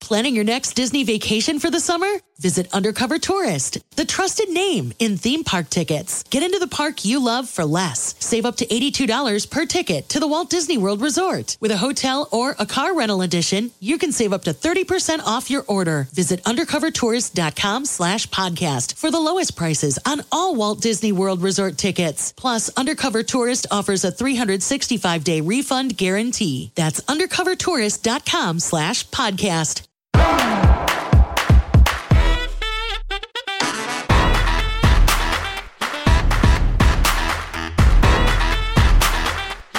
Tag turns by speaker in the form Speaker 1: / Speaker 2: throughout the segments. Speaker 1: Planning your next Disney vacation for the summer? Visit Undercover Tourist, the trusted name in theme park tickets. Get into the park you love for less. Save up to $82 per ticket to the Walt Disney World Resort. With a hotel or a car rental addition, you can save up to 30% off your order. Visit undercovertourist.com slash podcast for the lowest prices on all Walt Disney World Resort tickets. Plus, Undercover Tourist offers a 365-day refund guarantee. That's undercovertourist.com slash podcast.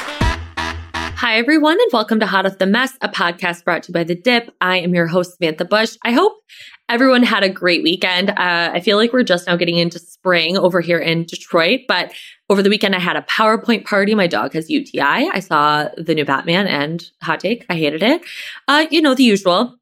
Speaker 2: Hi, everyone, and welcome to Hot Off the Mess, a podcast brought to you by The Dip. I am your host, Samantha Bush. I hope everyone had a great weekend. Uh, I feel like we're just now getting into spring over here in Detroit, but over the weekend, I had a PowerPoint party. My dog has UTI. I saw the new Batman and Hot Take. I hated it. Uh, you know, the usual.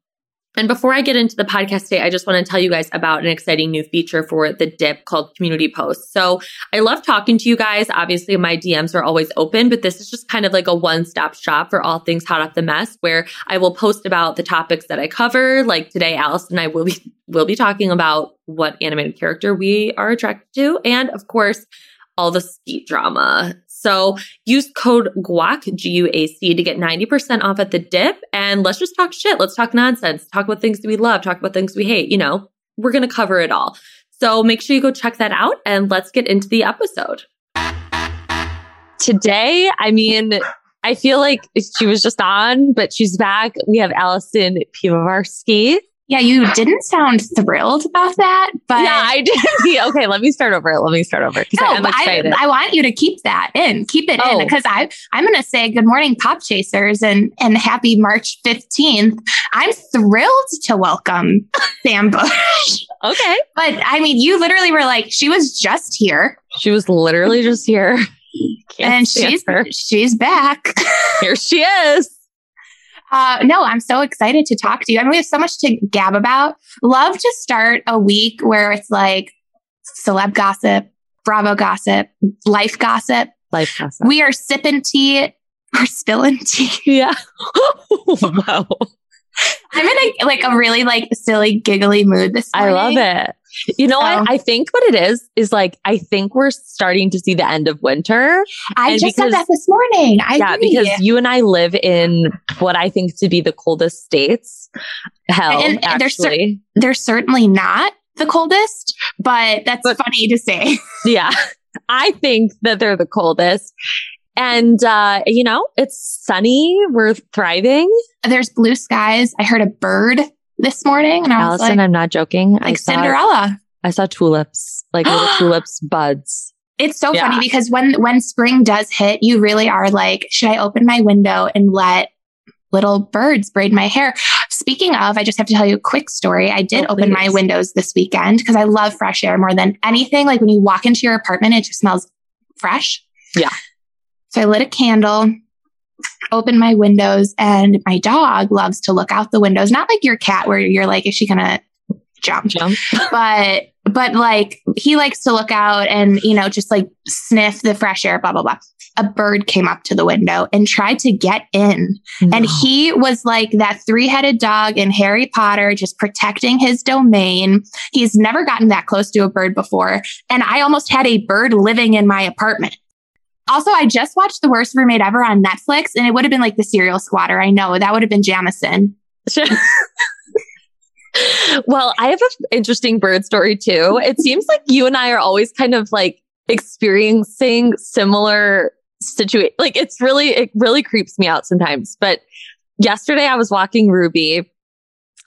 Speaker 2: And before I get into the podcast today, I just want to tell you guys about an exciting new feature for the dip called community posts. So I love talking to you guys. Obviously, my DMs are always open, but this is just kind of like a one stop shop for all things hot off the mess where I will post about the topics that I cover. Like today, Allison and I will be, will be talking about what animated character we are attracted to. And of course, all the skeet drama. So use code GUAC, G U A C, to get 90% off at the dip. And let's just talk shit. Let's talk nonsense. Talk about things that we love. Talk about things we hate. You know, we're going to cover it all. So make sure you go check that out and let's get into the episode.
Speaker 3: today, I mean, I feel like she was just on, but she's back. We have Allison Pivovarsky.
Speaker 4: Yeah, you didn't sound thrilled about that, but
Speaker 3: yeah, I did. see- okay, let me start over. Let me start over because
Speaker 4: no,
Speaker 3: I am
Speaker 4: but I,
Speaker 3: excited.
Speaker 4: I want you to keep that in, keep it
Speaker 3: Oh.
Speaker 4: in, because I I'm gonna say good morning, Pop Chasers, and and happy March fifteenth. I'm thrilled to welcome Sam Bush,
Speaker 3: okay,
Speaker 4: but I mean, you literally were like, she was just here,
Speaker 3: she was literally just here, Can't
Speaker 4: and
Speaker 3: stand
Speaker 4: she's
Speaker 3: her.
Speaker 4: she's back.
Speaker 3: here. She is.
Speaker 4: Uh, no, I'm so excited to talk to you. I mean, we have so much to gab about. Love to start a week where it's like celeb gossip, Bravo gossip, life gossip.
Speaker 3: Life gossip.
Speaker 4: We are sipping tea. We're spilling tea.
Speaker 3: yeah. wow.
Speaker 4: I'm in a, like a really like silly, giggly mood this
Speaker 3: I
Speaker 4: morning.
Speaker 3: love it. You know
Speaker 4: So-
Speaker 3: what? I think what it is is like I think we're starting to see the end of winter.
Speaker 4: I
Speaker 3: And
Speaker 4: just
Speaker 3: because-
Speaker 4: said that this morning. I
Speaker 3: yeah,
Speaker 4: agree.
Speaker 3: because you and I live in what I think to be the coldest states. Hell,
Speaker 4: And- and there's cer-
Speaker 3: actually,
Speaker 4: they're certainly not the coldest, but that's
Speaker 3: But-
Speaker 4: funny to say.
Speaker 3: yeah, I think that they're the coldest. And uh, you know, it's sunny. We're thriving,
Speaker 4: There's blue skies. I heard a bird this morning, and I was
Speaker 3: Allison.
Speaker 4: like,
Speaker 3: I'm not joking. I
Speaker 4: like
Speaker 3: saw,
Speaker 4: Cinderella.
Speaker 3: I saw tulips, like little tulips buds.
Speaker 4: It's so
Speaker 3: Yeah.
Speaker 4: funny because when when spring does hit, you really are like, should I open my window and let little birds braid my hair? Speaking of, I just have to tell you a quick story. I did
Speaker 3: Oh,
Speaker 4: open my
Speaker 3: please.
Speaker 4: windows this weekend because I love fresh air more than anything. Like when you walk into your apartment, it just smells fresh.
Speaker 3: Yeah.
Speaker 4: So I lit a candle, opened my windows, and my dog loves to look out the windows. Not like your cat where you're like, is she gonna jump.
Speaker 3: Jump.
Speaker 4: but but like he likes to look out and you know just like sniff the fresh air blah blah blah a bird came up to the window and tried to get in and he was like that three-headed dog in harry potter just protecting his domain he's never gotten that close to a bird before and i almost had a bird living in my apartment also, I just watched The Worst Roommate Ever on Netflix, and it would have been like the serial squatter. I know that would have been Jamison.
Speaker 3: well, I have an interesting bird story too. It seems like you and I are always kind of like experiencing similar situation. Like it's really, it really creeps me out sometimes. But yesterday I was walking Ruby,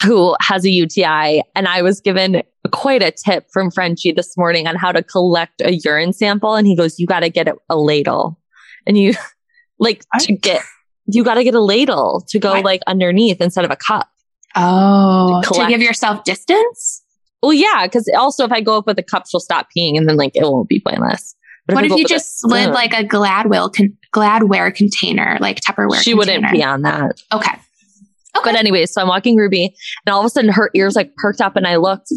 Speaker 3: who has a UTI, and I was given quite a tip from Frenchie this morning on how to collect a urine sample. And he goes, you got to get a, a ladle and you like to get, you got to get a ladle to go
Speaker 4: What?
Speaker 3: like underneath instead of a cup.
Speaker 4: Oh,
Speaker 3: To
Speaker 4: to
Speaker 3: collect.
Speaker 4: give yourself distance.
Speaker 3: Well, yeah, because also if I go up with a cup, she'll stop peeing, and then like it won't be pointless. But
Speaker 4: what
Speaker 3: I
Speaker 4: if
Speaker 3: go
Speaker 4: you
Speaker 3: up with
Speaker 4: just slid
Speaker 3: spoon.
Speaker 4: like a Gladwell con- Gladware container,
Speaker 3: a-
Speaker 4: like Tupperware?
Speaker 3: she wouldn't pee
Speaker 4: container?
Speaker 3: on that.
Speaker 4: Okay.
Speaker 3: But anyway, so I'm walking Ruby, and all of a sudden her ears like perked up, and I looked,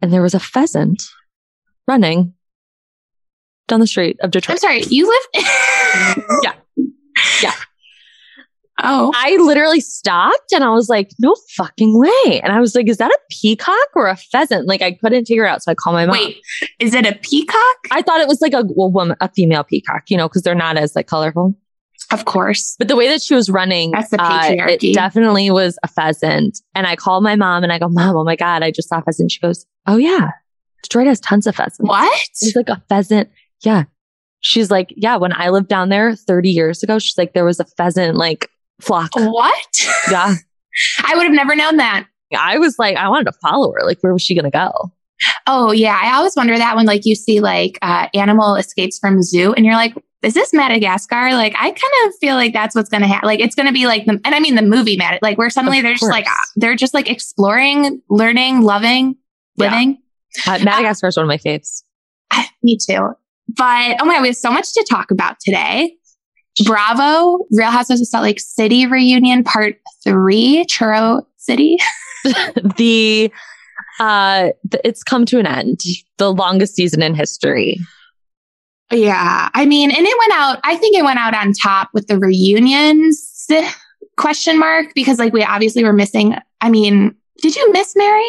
Speaker 3: and there was a pheasant running down the street of
Speaker 4: I'm
Speaker 3: Detroit.
Speaker 4: sorry. You live.
Speaker 3: Yeah. Yeah.
Speaker 4: Oh,
Speaker 3: I literally stopped and I was like, no fucking way. And I was like, is that a peacock or a pheasant? Like I couldn't figure it out. So I called my mom.
Speaker 4: wait. Is it a peacock?
Speaker 3: I thought it was like a, a woman, a female peacock, you know, because they're not as like colorful.
Speaker 4: Of course.
Speaker 3: But the way that she was running,
Speaker 4: That's the
Speaker 3: uh,
Speaker 4: patriarchy.
Speaker 3: it definitely was a pheasant. And I called my mom and I go, Mom, oh my God, I just saw a pheasant. She goes, Oh yeah, Detroit has tons of pheasants.
Speaker 4: What?
Speaker 3: It's like a pheasant. Yeah. She's like, Yeah, when I lived down there 30 years ago, she's like, there was a pheasant like flock.
Speaker 4: What?
Speaker 3: Yeah.
Speaker 4: I would have never known that.
Speaker 3: I was like, I wanted to follow her. Like, where was she going to go?
Speaker 4: Oh yeah, I always wonder that when like you see like uh, animal escapes from zoo, and you're like, is this Madagascar? Like, I kind of feel like that's what's gonna happen. Like, it's gonna be like the, and I mean the movie Mad, like where suddenly
Speaker 3: Of
Speaker 4: they're just like
Speaker 3: course.
Speaker 4: ah, they're just like exploring, learning, loving,
Speaker 3: Yeah.
Speaker 4: living. Ah.
Speaker 3: Uh, Madagascar is one of my faves.
Speaker 4: Me too. But oh my god, we have so much to talk about today. Bravo, Real Housewives of Salt Lake City reunion part three, Churro City.
Speaker 3: the, uh, th- it's come to an end. The longest season in history.
Speaker 4: Yeah. I mean, and it went out, I think it went out on top with the reunions eh, question mark because like we obviously were missing. I mean, did you miss Mary?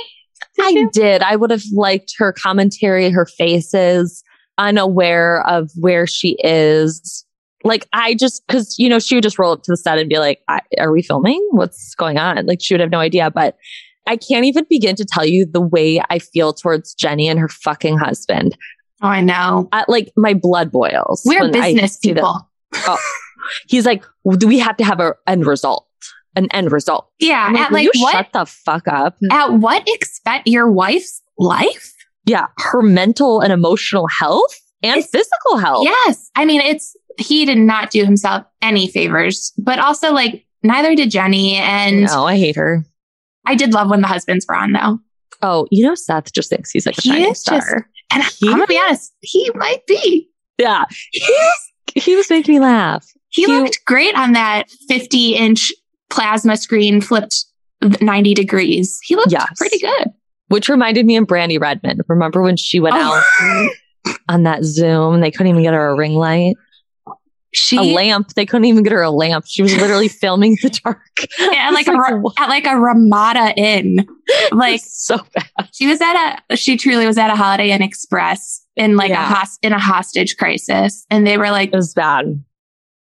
Speaker 4: Did
Speaker 3: I
Speaker 4: you?
Speaker 3: did. I would have liked her commentary, her faces, unaware of where she is. Like I just because you know she would just roll up to the set and be like, I, "Are we filming? What's going on?" Like she would have no idea. But I can't even begin to tell you the way I feel towards Jenny and her fucking husband.
Speaker 4: Oh, I know.
Speaker 3: I, like my blood boils.
Speaker 4: We're
Speaker 3: when I
Speaker 4: business
Speaker 3: see them.
Speaker 4: people.
Speaker 3: He's like, "Well, "Do we have to have an end result? An end result?"
Speaker 4: Yeah.
Speaker 3: I'm like,
Speaker 4: at
Speaker 3: "Will
Speaker 4: like
Speaker 3: you
Speaker 4: what
Speaker 3: shut the fuck up.
Speaker 4: at what expense your wife's life?
Speaker 3: Yeah, her mental and emotional health and
Speaker 4: It's-
Speaker 3: physical health.
Speaker 4: Yes. I mean, it's he did not do himself any favors, but also like neither did Jenny. And
Speaker 3: No, I hate her.
Speaker 4: I did love when the husbands were on though.
Speaker 3: Oh, you know, Seth just thinks he's like a
Speaker 4: He
Speaker 3: shining
Speaker 4: is just-
Speaker 3: star.
Speaker 4: And
Speaker 3: He-
Speaker 4: I'm gonna be honest, he might be.
Speaker 3: Yeah. He was making me laugh.
Speaker 4: He
Speaker 3: Cute.
Speaker 4: looked great on that 50 inch plasma screen flipped 90 degrees. He looked
Speaker 3: Yes.
Speaker 4: pretty good.
Speaker 3: Which reminded me of Brandy Redmond. Remember when she went
Speaker 4: Oh.
Speaker 3: out on that Zoom and they couldn't even get her a ring light?
Speaker 4: She
Speaker 3: a lamp. They couldn't even get her a lamp. She was literally filming the dark.
Speaker 4: at
Speaker 3: I was
Speaker 4: like, a, Ra-
Speaker 3: what?
Speaker 4: at like a Ramada Inn. Like
Speaker 3: so bad.
Speaker 4: she was at a she truly was at a Holiday Inn Express in like
Speaker 3: Yeah.
Speaker 4: a host in a hostage crisis, and they were like,
Speaker 3: It was bad.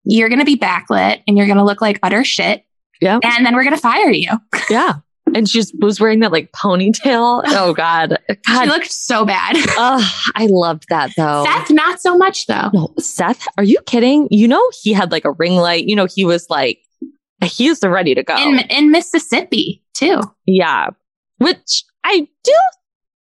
Speaker 4: "You're gonna be backlit, and you're gonna look like utter shit,
Speaker 3: Yeah.
Speaker 4: and then we're gonna fire you."
Speaker 3: Yeah. And she just was wearing that like ponytail. Oh God.
Speaker 4: She
Speaker 3: God.
Speaker 4: looked so bad.
Speaker 3: Oh, I loved that though.
Speaker 4: Seth, not so much though.
Speaker 3: No, Seth, are you kidding? You know, he had like a ring light. You know, he was like, he's ready to go.
Speaker 4: In in Mississippi too.
Speaker 3: yeah. Which I do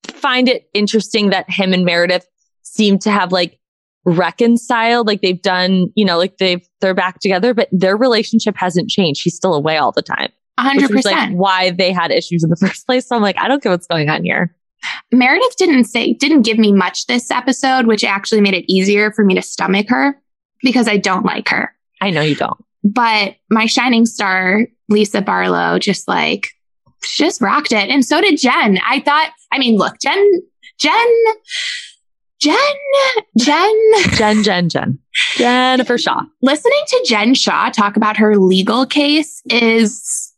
Speaker 3: find it interesting that him and Meredith seem to have like reconciled. Like they've done, you know, like they've, they're back together, but their relationship hasn't changed. He's still away all the time. which
Speaker 4: hundred
Speaker 3: is, like
Speaker 4: percent.
Speaker 3: why they had issues in the first place. So I'm like, I don't get what's going on here.
Speaker 4: Meredith didn't say didn't give me much this episode, which actually made it easier for me to stomach her because I don't like her.
Speaker 3: I know you don't.
Speaker 4: But my shining star, Lisa Barlow, just like she just rocked it. And so did Jen. I thought, I mean, look, Jen, Jen, Jen, Jen,
Speaker 3: Jen, Jen, Jen. Jennifer Shaw.
Speaker 4: listening to Jen Shaw talk about her legal case is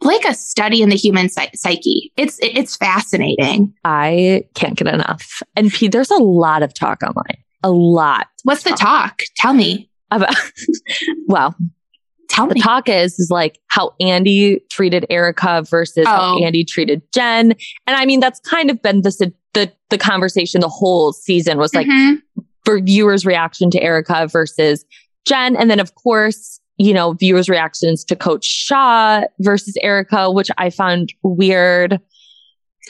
Speaker 4: like a study in the human psy- psyche. It's it's fascinating.
Speaker 3: I can't get enough. And Pete, there's a lot of talk online. A lot.
Speaker 4: What's the talk? Tell me.
Speaker 3: About, well,
Speaker 4: Tell
Speaker 3: the
Speaker 4: me.
Speaker 3: talk is is like how Andy treated Erica versus how
Speaker 4: Oh.
Speaker 3: Andy treated Jen. And I mean, that's kind of been the the, the conversation the whole season was like
Speaker 4: Mhm.
Speaker 3: for viewers' reaction to Erica versus Jen. And then, of course, you know, viewers' reactions to Coach Shaw versus Erica, which I found weird.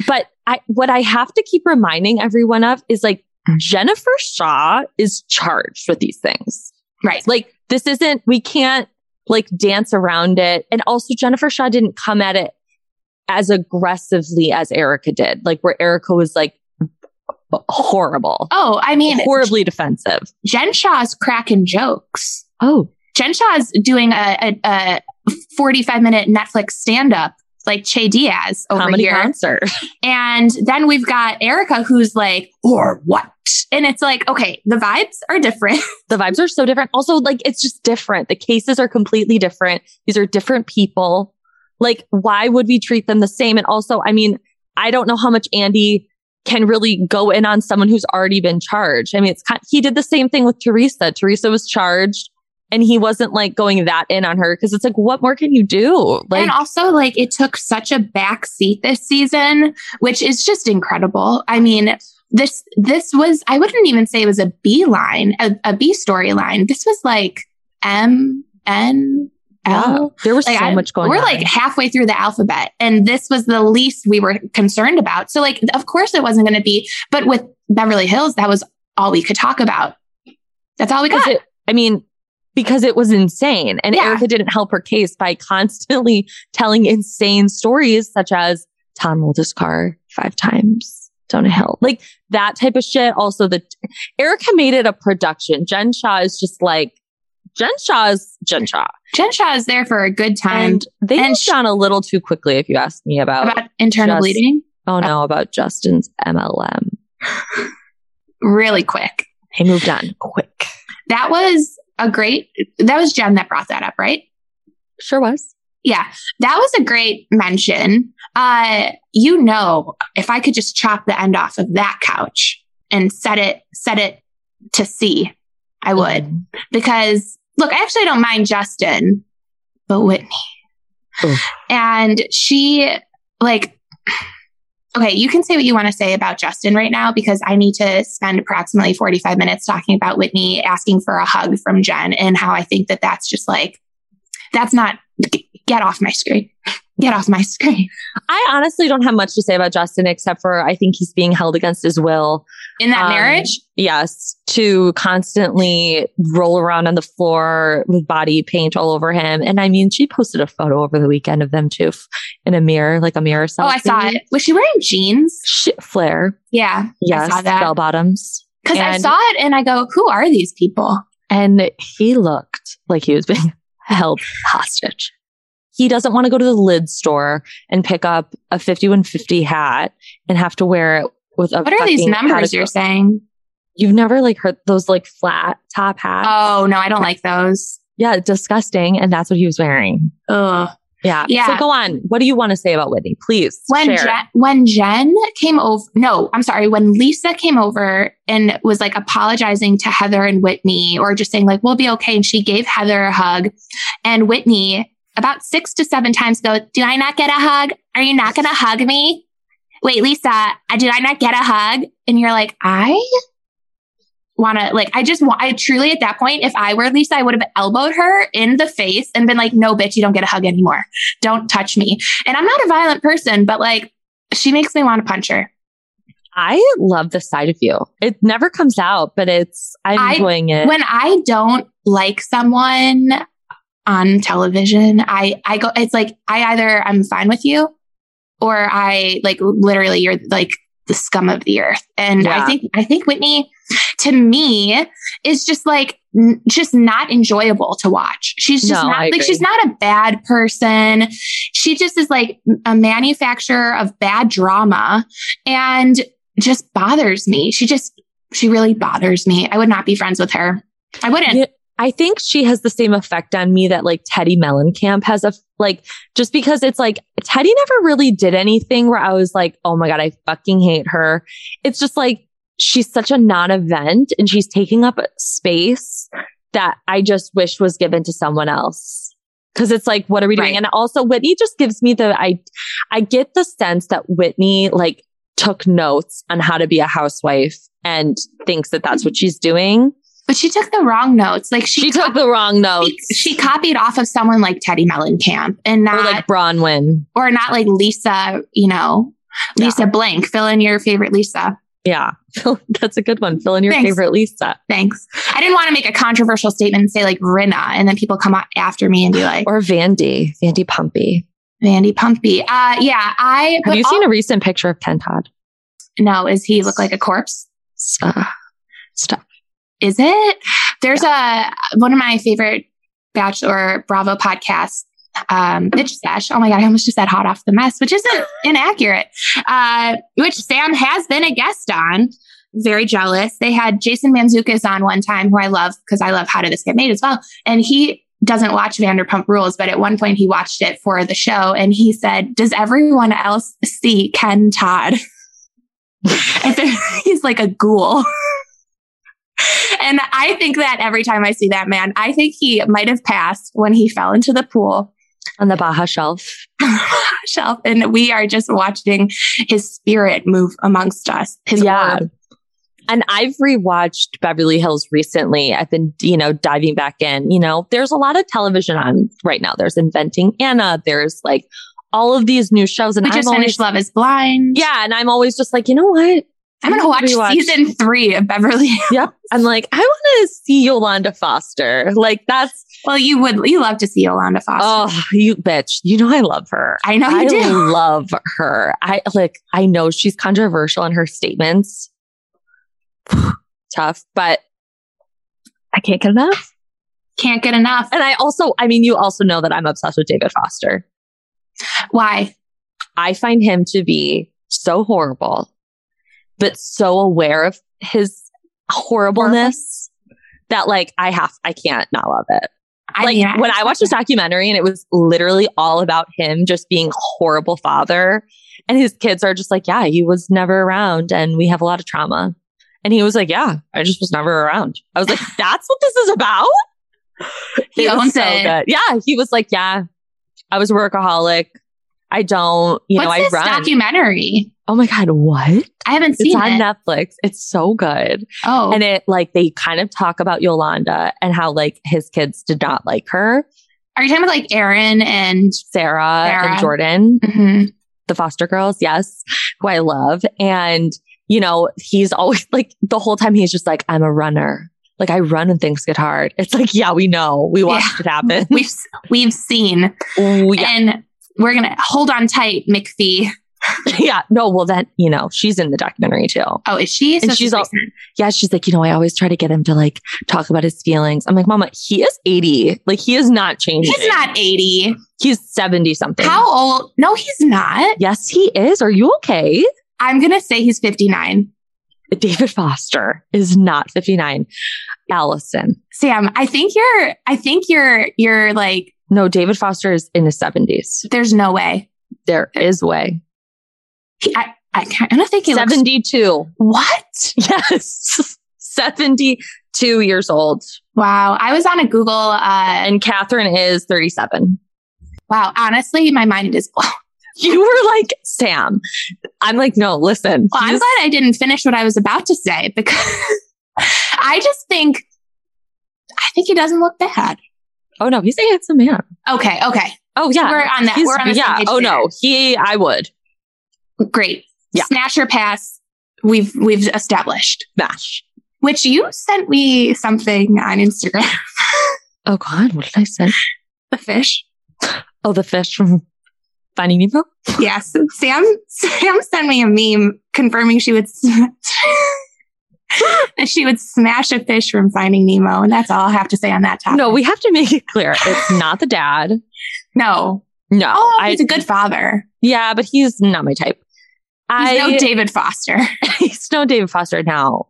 Speaker 3: But I, what I have to keep reminding everyone of is like Jennifer Shaw is charged with these things.
Speaker 4: right.
Speaker 3: Like, this isn't, we can't like dance around it. And also, Jennifer Shaw didn't come at it as aggressively as Erica did, like, where Erica was like horrible
Speaker 4: Oh, I mean,
Speaker 3: horribly defensive.
Speaker 4: Jen Shaw's cracking jokes.
Speaker 3: Oh,
Speaker 4: Jen Shaw's doing a, a, a 45 minute Netflix stand up like Che Diaz over
Speaker 3: comedy
Speaker 4: here.
Speaker 3: concert.
Speaker 4: And then we've got Erica who's like, or what? And it's like, okay, the vibes are different.
Speaker 3: The vibes are so different. Also, like it's just different. The cases are completely different. These are different people. Like, why would we treat them the same? And also, I mean, I don't know how much Andy can really go in on someone who's already been charged. I mean, it's kind he did the same thing with Teresa. Teresa was charged and he wasn't like going that in on her because it's like, what more can you do? Like,
Speaker 4: and also, like, it took such a back seat this season, which is just incredible. I mean, this this was I wouldn't even say it was a B line, a, a B storyline. This was like M N
Speaker 3: yeah,
Speaker 4: L.
Speaker 3: there was
Speaker 4: Like,
Speaker 3: so
Speaker 4: I-
Speaker 3: much going
Speaker 4: we're
Speaker 3: on.
Speaker 4: like halfway through the alphabet, and this was the least we were concerned about. So, like, of course, it wasn't going to be. But with Beverly Hills, that was all we could talk about. That's all we
Speaker 3: because
Speaker 4: got.
Speaker 3: it I mean, because it was insane. And
Speaker 4: Yeah.
Speaker 3: Erica didn't help her case by constantly telling insane stories such as Tom rolled his car five times down a hill. Like that type of shit. Also the Erica made it a production. Jen Shaw is just like Jen Shaw is Jen Shaw.
Speaker 4: Jen Shaw is there for a good time
Speaker 3: And they
Speaker 4: and
Speaker 3: moved
Speaker 4: sh-
Speaker 3: on a little too quickly if you ask me about,
Speaker 4: about internal
Speaker 3: just-
Speaker 4: bleeding.
Speaker 3: oh no, about Justin's MLM.
Speaker 4: Really quick.
Speaker 3: They moved on quick.
Speaker 4: That was a great. That was Jen that brought that up, right?
Speaker 3: Sure was.
Speaker 4: Yeah, that was a great mention. Uh, you know, if I could just chop the end off of that couch and set it set it to C, I would. because look, I actually don't mind Justin, but Whitney.
Speaker 3: Ugh.
Speaker 4: And she, like, okay, you can say what you want to say about Justin right now because I need to spend approximately 45 minutes talking about Whitney asking for a hug from Jen and how I think that that's just like, that's not, g- get off my screen. Get off my screen.
Speaker 3: I honestly don't have much to say about Justin except for I think he's being held against his will.
Speaker 4: In that
Speaker 3: Um,
Speaker 4: marriage,
Speaker 3: Yes, to constantly roll around on the floor with body paint all over him. And I mean, she posted a photo over the weekend of them too f- in a mirror, like a mirror
Speaker 4: oh,
Speaker 3: selfie.
Speaker 4: I saw it. Was she wearing jeans?
Speaker 3: Shit flare.
Speaker 4: Yeah,
Speaker 3: Yes,
Speaker 4: saw that.
Speaker 3: bell bottoms.
Speaker 4: because I
Speaker 3: And-
Speaker 4: saw it and I go, who are these people?
Speaker 3: And he looked like he was being held hostage. He doesn't want to go to the lid store and pick up a 5150 hat and have to wear it with a
Speaker 4: What are these
Speaker 3: fucking
Speaker 4: numbers
Speaker 3: Patago-
Speaker 4: you're saying?
Speaker 3: You've never like heard those like flat top hats.
Speaker 4: Oh no, I don't like those.
Speaker 3: Yeah, disgusting. And that's what he was wearing.
Speaker 4: Ugh.
Speaker 3: Yeah.
Speaker 4: Yeah.
Speaker 3: So go on. What do you want to say about Whitney? Please.
Speaker 4: When
Speaker 3: share.
Speaker 4: Jen, when Jen came over, no, I'm sorry. When Lisa came over and was like apologizing to Heather and Whitney, or just saying like we'll be okay, and she gave Heather a hug, and Whitney about six to seven times go, "Do I not get a hug? Are you not gonna hug me? Wait, Lisa, I- did I not get a hug?" And you're like, I want to like I just want I truly at that point if I were Lisa I would have elbowed her in the face and been like no bitch you don't get a hug anymore don't touch me and I'm not a violent person, but like she makes me want to punch her.
Speaker 3: I love this side of you. It never comes out, but it's, I'm
Speaker 4: I-
Speaker 3: enjoying it.
Speaker 4: When I don't like someone on television, I I go it's like I either I'm fine with you or I like literally you're like the scum of the earth. And
Speaker 3: Yeah.
Speaker 4: I think I think Whitney to me is just like n- just not enjoyable to watch. She's just
Speaker 3: No,
Speaker 4: not
Speaker 3: I
Speaker 4: like
Speaker 3: agree.
Speaker 4: she's not a bad person. She just is like a manufacturer of bad drama and just bothers me. She just she really bothers me. I would not be friends with her. I wouldn't.
Speaker 3: Yeah, I think she has the same effect on me that like Teddy Mellencamp has a like just because it's like Teddy never really did anything where I was like, oh my god, I fucking hate her. It's just like she's such a non-event and she's taking up space that I just wish was given to someone else. Cause it's like, what are we doing?
Speaker 4: Right.
Speaker 3: And also Whitney just gives me the I I get the sense that Whitney like took notes on how to be a housewife and thinks that that's what she's doing.
Speaker 4: But she took the wrong notes. Like she,
Speaker 3: She took the wrong notes.
Speaker 4: copied- she copied off of someone like Teddy Mellencamp and not
Speaker 3: or like Bronwyn.
Speaker 4: or not like Lisa, you know,
Speaker 3: Yeah.
Speaker 4: Lisa Blank. Fill in your favorite Lisa.
Speaker 3: Yeah, that's a good one. Fill in your
Speaker 4: Thanks.
Speaker 3: favorite Lisa
Speaker 4: Thanks. I didn't want to make a controversial statement and say like Rinna, and then people come a- after me and be like,
Speaker 3: or Vandy, Vandy Pumpy.
Speaker 4: Vandy Pumpy. Uh, yeah, I.
Speaker 3: Have you seen a recent picture of Ken Todd?
Speaker 4: a? No, is he look like a corpse? Uh,
Speaker 3: Stop. Stop.
Speaker 4: Is it? There's a one of my favorite Bachelor Bravo podcasts. Um, bitch sesh. Oh my god, I almost just said hot off the mess, which isn't inaccurate. Uh, which Sam has been a guest on. Very jealous. They had Jason Manzukis on one time, who I love because I love How Did This Get Made as well. And he doesn't watch Vanderpump Rules, but at one point he watched it for the show and he said, "Does everyone else see Ken Todd?" And there- he's like a ghoul. And I think that every time I see that man, I think he might have passed when he fell into the pool
Speaker 3: On the Baja shelf.
Speaker 4: shelf. And we are just watching his spirit move amongst us. His
Speaker 3: Yeah.
Speaker 4: orb.
Speaker 3: And I've rewatched Beverly Hills recently. I've been, you know, diving back in. You know, there's a lot of television on right now. There's Inventing Anna. There's like all of these new shows. And
Speaker 4: We just
Speaker 3: I'm always,
Speaker 4: finished Love is Blind.
Speaker 3: yeah. And I'm always just like, you know what?
Speaker 4: I'm going to watch
Speaker 3: Rewatch.
Speaker 4: season three of Beverly.
Speaker 3: Yep. I'm like, I want to see Yolanda Foster. Like that's
Speaker 4: well, you would, you love to see Yolanda Foster.
Speaker 3: Oh, you bitch. You know I love her.
Speaker 4: I know you
Speaker 3: I
Speaker 4: do.
Speaker 3: love her. I like I know she's controversial in her statements. Tough, but I can't get enough.
Speaker 4: Can't get enough.
Speaker 3: And I also, I mean, you also know that I'm obsessed with David Foster.
Speaker 4: Why?
Speaker 3: I find him to be so horrible, but so aware of his horribleness that like I have I can't not love it.
Speaker 4: I
Speaker 3: like
Speaker 4: mean,
Speaker 3: when I watched this documentary and it was literally all about him just being a horrible father and his kids are just like, yeah, he was never around and we have a lot of trauma. And he was like, yeah, I just was never around. I was like, that's what this is about.
Speaker 4: He
Speaker 3: was
Speaker 4: owns it.
Speaker 3: good. Yeah. He was like, yeah, I was a workaholic. I don't, you
Speaker 4: What's
Speaker 3: know, I
Speaker 4: this
Speaker 3: run.
Speaker 4: documentary?
Speaker 3: oh my God. What?
Speaker 4: I haven't
Speaker 3: It's
Speaker 4: seen
Speaker 3: on
Speaker 4: it.
Speaker 3: Netflix. It's so good.
Speaker 4: oh,
Speaker 3: And it like, they kind of talk about Yolanda and how like his kids did not like her.
Speaker 4: are you talking about like Aaron and?
Speaker 3: Sarah,
Speaker 4: Sarah.
Speaker 3: and Jordan,
Speaker 4: Mhm.
Speaker 3: the foster girls, yes, who I love. And, you know, he's always like the whole time he's just like, I'm a runner. Like I run when things get hard. It's like, yeah, we know. We watched it happen.
Speaker 4: We've we've seen
Speaker 3: Ooh, yeah.
Speaker 4: and we're gonna hold on tight, McPhee.
Speaker 3: yeah. No, well then, you know, she's in the documentary too.
Speaker 4: Oh, is she?
Speaker 3: And she's all-
Speaker 4: recent.
Speaker 3: Yeah, she's like, you know, I always try to get him to like talk about his feelings. I'm like, Mama, he is 80. Like he is not changing.
Speaker 4: He's not eighty.
Speaker 3: He's 70 something.
Speaker 4: How old? No, he's not.
Speaker 3: Yes, he is. Are you okay?
Speaker 4: I'm gonna say he's fifty nine.
Speaker 3: David Foster is not 59. Allison.
Speaker 4: Sam, I think you're. I think you're. You're like.
Speaker 3: No, David Foster is in his 70s.
Speaker 4: There's no way.
Speaker 3: There is way.
Speaker 4: He, I, I kind of think he looks-
Speaker 3: 72.
Speaker 4: What?
Speaker 3: Yes. 72 years old.
Speaker 4: Wow. I was on a Google. Uh,
Speaker 3: And Catherine is 37.
Speaker 4: wow. Honestly, my mind is blown.
Speaker 3: You were like, Sam. I'm like, no, listen.
Speaker 4: Well, I'm
Speaker 3: he's-
Speaker 4: glad I didn't finish what I was about to say because I just think. I think he doesn't look bad.
Speaker 3: oh, no, he's a handsome man.
Speaker 4: Okay. Okay.
Speaker 3: Oh, yeah.
Speaker 4: We're on that.
Speaker 3: He's-
Speaker 4: We're on the same
Speaker 3: yeah.
Speaker 4: page
Speaker 3: Oh,
Speaker 4: there.
Speaker 3: no. He, I would.
Speaker 4: Great.
Speaker 3: Yeah.
Speaker 4: Snatch or pass. We've we've established.
Speaker 3: Bash.
Speaker 4: Which you sent me something on Instagram.
Speaker 3: Oh, God. What did I say?
Speaker 4: the fish.
Speaker 3: Oh, the fish from Finding Nemo?
Speaker 4: Yes. Sam Sam sent me a meme confirming she would s- that she would smash a fish from Finding Nemo, and that's all I have to say on that topic.
Speaker 3: No, we have to make it clear. It's not the dad.
Speaker 4: no.
Speaker 3: No.
Speaker 4: Oh,
Speaker 3: I,
Speaker 4: he's a good father.
Speaker 3: yeah, but he's not my type.
Speaker 4: He's
Speaker 3: I
Speaker 4: no David Foster.
Speaker 3: he's no David Foster now.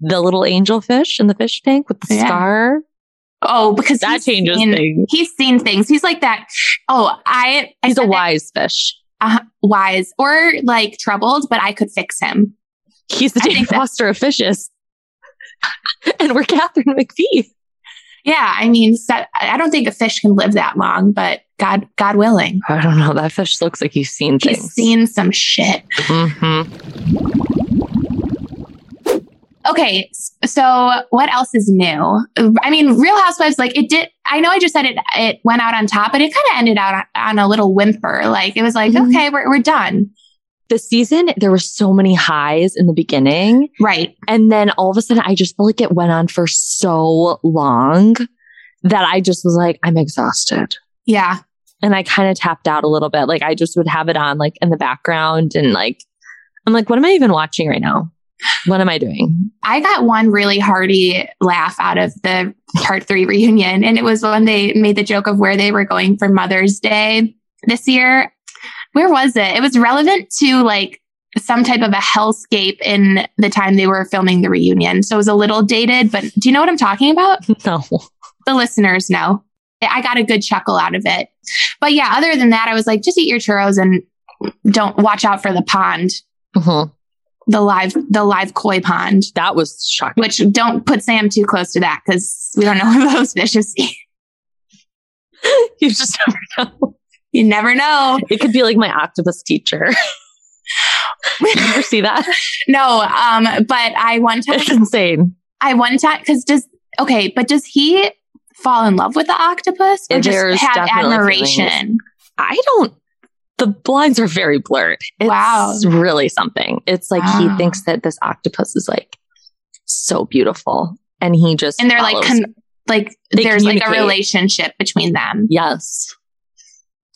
Speaker 3: The little angel fish in the fish tank with the
Speaker 4: Yeah.
Speaker 3: star.
Speaker 4: Oh, because
Speaker 3: That
Speaker 4: he's
Speaker 3: changes
Speaker 4: seen-
Speaker 3: things.
Speaker 4: He's seen things. He's like that. Oh, I. I
Speaker 3: He's a
Speaker 4: said that-
Speaker 3: wise fish.
Speaker 4: uh, wise or like troubled, but I could fix him.
Speaker 3: He's the
Speaker 4: I
Speaker 3: David
Speaker 4: think that-
Speaker 3: Foster of fishes. and we're Catherine McPhee.
Speaker 4: Yeah, I mean, so- I don't think a fish can live that long, but God, God willing,
Speaker 3: I don't know. That fish looks like he's seen things.
Speaker 4: he's seen some shit.
Speaker 3: Mhm.
Speaker 4: Okay, s- so what else is new? I mean, Real Housewives, like it did. I know I just said it. It went out on top, but it kind of ended out on, on a little whimper. Like it was like,
Speaker 3: Mhm.
Speaker 4: okay, we're we're done,
Speaker 3: The season, there were so many highs in the beginning.
Speaker 4: right?
Speaker 3: And then all of a sudden, I just felt like it went on for so long that I just was like, I'm exhausted.
Speaker 4: Yeah,
Speaker 3: And I kind of tapped out a little bit. Like I just would have it on like in the background and like, I'm like, what am I even watching right now? What am I doing?
Speaker 4: I got one really hearty laugh out of the part three reunion, and it was when they made the joke of where they were going for Mother's Day this year. Where was it? It was relevant to like some type of a hellscape in the time they were filming the reunion. So it was a little dated, but do you know what I'm talking about?
Speaker 3: No.
Speaker 4: the listeners know. I got a good chuckle out of it. But yeah, other than that, I was like, just eat your churros and don't watch out for the pond,
Speaker 3: Mhm.
Speaker 4: the live, the live koi pond.
Speaker 3: That was shocking.
Speaker 4: Which don't put Sam too close to that because we don't know what those fishes eat.
Speaker 3: you just never know.
Speaker 4: You never know.
Speaker 3: It could be like my octopus teacher. Did you ever see that?
Speaker 4: No, um, but I one
Speaker 3: It's
Speaker 4: time,
Speaker 3: insane.
Speaker 4: I one time because does okay, but does he fall in love with the octopus or
Speaker 3: There's
Speaker 4: just have
Speaker 3: definitely
Speaker 4: admiration?
Speaker 3: I don't. The lines are very blurred. It's
Speaker 4: Wow.
Speaker 3: really something. It's like he
Speaker 4: Wow.
Speaker 3: thinks that this octopus is like so beautiful, and he just
Speaker 4: And they're like,
Speaker 3: follows.
Speaker 4: con- like
Speaker 3: They
Speaker 4: there's like a
Speaker 3: communicate.
Speaker 4: relationship between them.
Speaker 3: yes.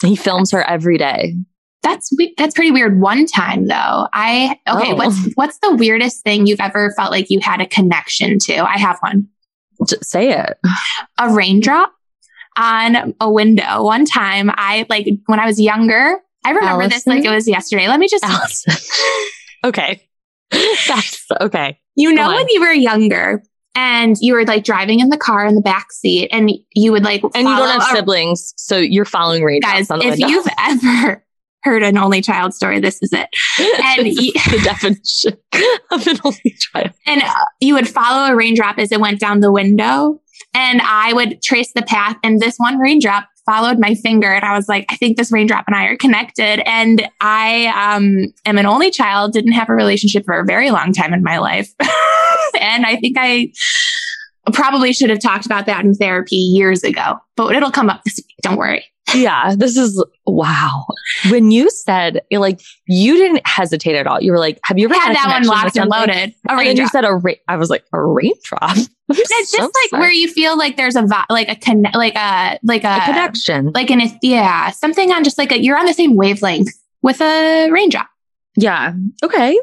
Speaker 3: He films her every day.
Speaker 4: That's we- that's pretty weird. One time though, I okay.
Speaker 3: Oh.
Speaker 4: What's what's the weirdest thing you've ever felt like you had a connection to? I have one.
Speaker 3: Just say it.
Speaker 4: A raindrop on a window. One time, I like when I was younger. I remember this
Speaker 3: Allison?
Speaker 4: like it was yesterday. Let me just
Speaker 3: Allison. okay. That's okay.
Speaker 4: You
Speaker 3: Go
Speaker 4: know,
Speaker 3: on.
Speaker 4: when you were younger and you were like driving in the car in the back seat and you would like,
Speaker 3: And you
Speaker 4: follow
Speaker 3: don't have
Speaker 4: a-
Speaker 3: siblings, so you're following raindrops
Speaker 4: Guys,
Speaker 3: on the
Speaker 4: if
Speaker 3: window.
Speaker 4: you've ever heard an only child story, this is it. and
Speaker 3: This
Speaker 4: you-
Speaker 3: is the definition of an only child.
Speaker 4: And uh, you would follow a raindrop as it went down the window. And I would trace the path. And this one raindrop followed my finger. And I was like, I think this raindrop and I are connected. And I um, am an only child, didn't have a relationship for a very long time in my life. and I think I probably should have talked about that in therapy years ago, but it'll come up this week. Don't worry.
Speaker 3: Yeah, this is wow. When you said like you didn't hesitate at all, you were like, "Have you
Speaker 4: I
Speaker 3: ever
Speaker 4: had
Speaker 3: a
Speaker 4: that one
Speaker 3: connection with
Speaker 4: locked and
Speaker 3: something?"
Speaker 4: loaded. A
Speaker 3: And then you
Speaker 4: raindrop.
Speaker 3: said a ra- I was like a raindrop.
Speaker 4: It's just like where you feel like there's a vi- like a connect like a like
Speaker 3: a connection.
Speaker 4: like an yeah something on just like a, you're on the same wavelength with a raindrop
Speaker 3: yeah. Okay.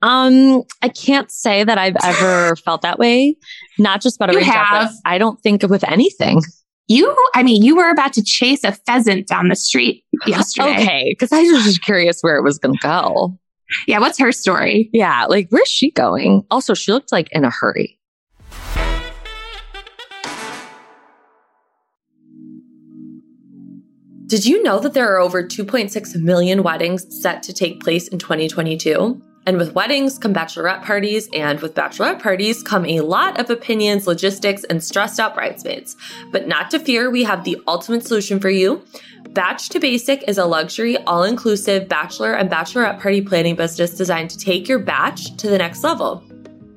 Speaker 3: Um, I can't say that I've ever felt that way. Not just about a
Speaker 4: You
Speaker 3: raindrop. but
Speaker 4: have.
Speaker 3: I don't think with anything.
Speaker 4: you i mean you were about to chase a pheasant down the street yesterday
Speaker 3: Okay, because I was just curious where it was going to go.
Speaker 4: yeah what's her story
Speaker 3: Yeah, like where's she going? Also, she looked like in a hurry.
Speaker 2: Did you know that there are over 2.6 million weddings set to take place in 2022? And with weddings come bachelorette parties, and with bachelorette parties come a lot of opinions, logistics, and stressed out bridesmaids. But not to fear, we have the ultimate solution for you. Batch to Basic is a luxury, all inclusive bachelor and bachelorette party planning business designed to take your batch to the next level.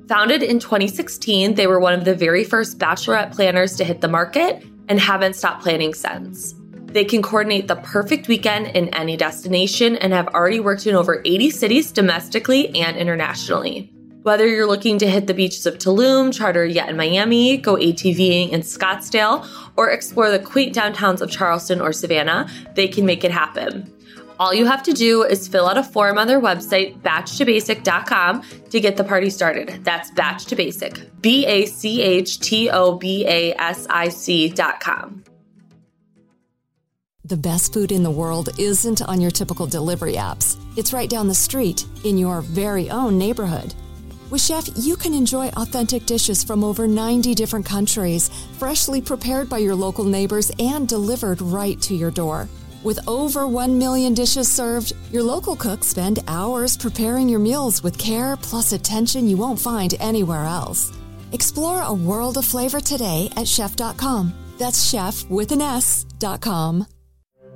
Speaker 2: Founded in 2016, they were one of the very first bachelorette planners to hit the market and haven't stopped planning since. They can coordinate the perfect weekend in any destination and have already worked in over 80 cities domestically and internationally. Whether you're looking to hit the beaches of Tulum, charter a yacht in Miami, go ATVing in Scottsdale, or explore the quaint downtowns of Charleston or Savannah, they can make it happen. All you have to do is fill out a form on their website, batchtobasic.com, to get the party started. That's batch to basic, B A C H T O B A S I C.com.
Speaker 5: The best food in the world isn't on your typical delivery apps. It's right down the street in your very own neighborhood. With Chef, you can enjoy authentic dishes from over 90 different countries, freshly prepared by your local neighbors and delivered right to your door. With over 1 million dishes served, your local cooks spend hours preparing your meals with care plus attention you won't find anywhere else. Explore a world of flavor today at chef.com. That's chef with an S dot com.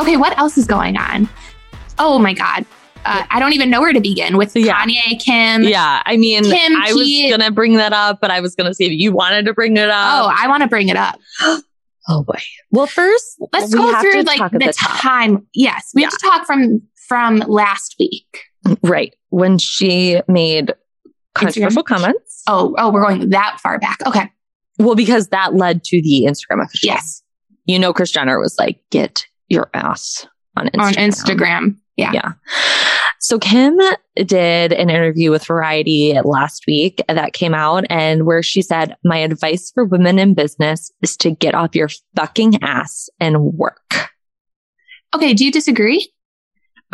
Speaker 4: Okay, what else is going on? Oh my God. Uh, I don't even know where to begin with
Speaker 3: Yeah.
Speaker 4: Kanye, Kim.
Speaker 3: Yeah, I mean,
Speaker 4: Kim,
Speaker 3: I was
Speaker 4: he-
Speaker 3: gonna bring that up, but I was gonna see if you wanted to bring it
Speaker 4: Oh,
Speaker 3: up.
Speaker 4: I want to bring it up.
Speaker 3: Oh, boy. Well, first,
Speaker 4: Let's
Speaker 3: we
Speaker 4: go
Speaker 3: have
Speaker 4: through
Speaker 3: to
Speaker 4: like
Speaker 3: talk
Speaker 4: the,
Speaker 3: at top.
Speaker 4: time. Yes, we have to talk from from last week.
Speaker 3: right when she made controversial comments.
Speaker 4: Oh, oh, we're going that far back. Okay.
Speaker 3: Well, because that led to the Instagram official.
Speaker 4: Yes,
Speaker 3: You know, Chris Jenner was like, get your ass on Instagram.
Speaker 4: on Instagram. Yeah.
Speaker 3: Yeah. So Kim did an interview with Variety last week that came out and where she said, my advice for women in business is to get off your fucking ass and work.
Speaker 4: Okay. Do you disagree?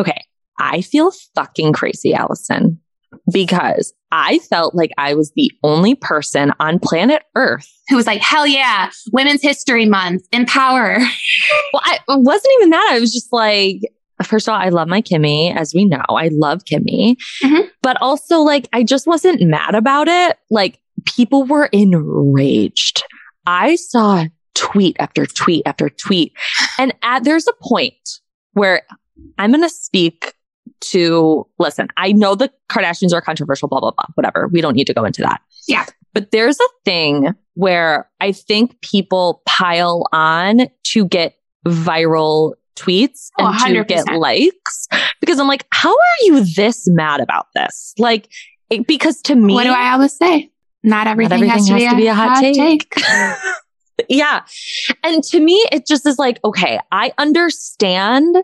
Speaker 3: Okay. I feel fucking crazy, Allison, because I felt like I was the only person on planet earth
Speaker 4: Who was like, hell yeah, Women's History Month, empower.
Speaker 3: Well, I, it wasn't even that. I was just like, first of all, I love my Kimmy, as we know. I love Kimmy.
Speaker 4: Mhm.
Speaker 3: But also, like, I just wasn't mad about it. Like, people were enraged. I saw tweet after tweet after tweet. And at, there's a point where I'm going to speak to, listen, I know the Kardashians are controversial, blah, blah, blah, whatever. We don't need to go into that.
Speaker 4: Yeah.
Speaker 3: But there's a thing where I think people pile on to get viral tweets
Speaker 4: Oh,
Speaker 3: and to
Speaker 4: 100%.
Speaker 3: get likes because I'm like, how are you this mad about this? Like, it, because to me,
Speaker 4: What do I always say? Not everything, has, to, be a hot, take.
Speaker 3: yeah. And to me, it just is like, okay, I understand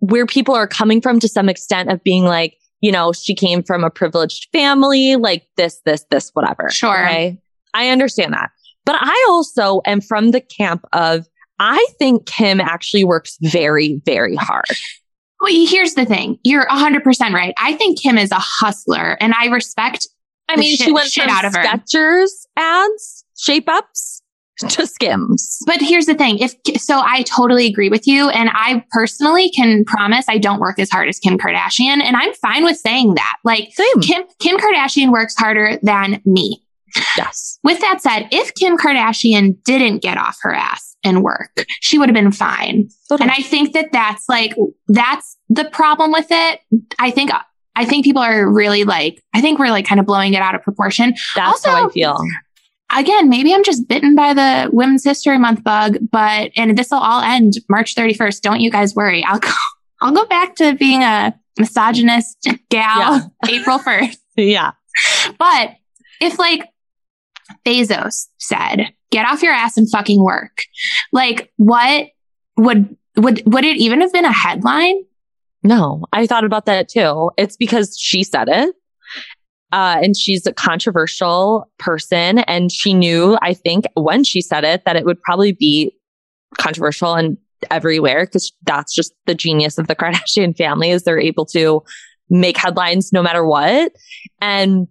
Speaker 3: where people are coming from to some extent of being like, you know, she came from a privileged family, like this, this, this, whatever.
Speaker 4: Sure.
Speaker 3: Okay. I understand that. But I also am from the camp of, I think Kim actually works very, very hard.
Speaker 4: Well, here's the thing. You're 100% right. I think Kim is a hustler and I respect
Speaker 3: I
Speaker 4: The
Speaker 3: mean, she
Speaker 4: shit-
Speaker 3: went
Speaker 4: shit
Speaker 3: from
Speaker 4: out of her.
Speaker 3: Skechers ads, shape ups to skims.
Speaker 4: But here's the thing. If so, I totally agree with you. And I personally can promise I don't work as hard as Kim Kardashian. And I'm fine with saying that. Like
Speaker 3: Same.
Speaker 4: Kim, Kim Kardashian works harder than me.
Speaker 3: Yes.
Speaker 4: With that said, if Kim Kardashian didn't get off her ass and work, she would have been fine. And I think that that's like, that's the problem with it. I think, I think people are really like, I think we're like kind of blowing it out of proportion.
Speaker 3: That's how
Speaker 4: also-
Speaker 3: I feel.
Speaker 4: again, maybe I'm just bitten by the Women's History Month bug, but and this will all end March 31st. Don't you guys worry. I'll go. I'll go back to being a misogynist gal April 1st.
Speaker 3: Yeah.
Speaker 4: But if like Bezos said, "Get off your ass and fucking work," like what would would would it even have been a headline?
Speaker 3: No, I thought about that too. It's because she said it. Uh, and she's a controversial person. And she knew, I think, when she said it, that it would probably be controversial and everywhere because that's just the genius of the Kardashian family is they're able to make headlines no matter what. And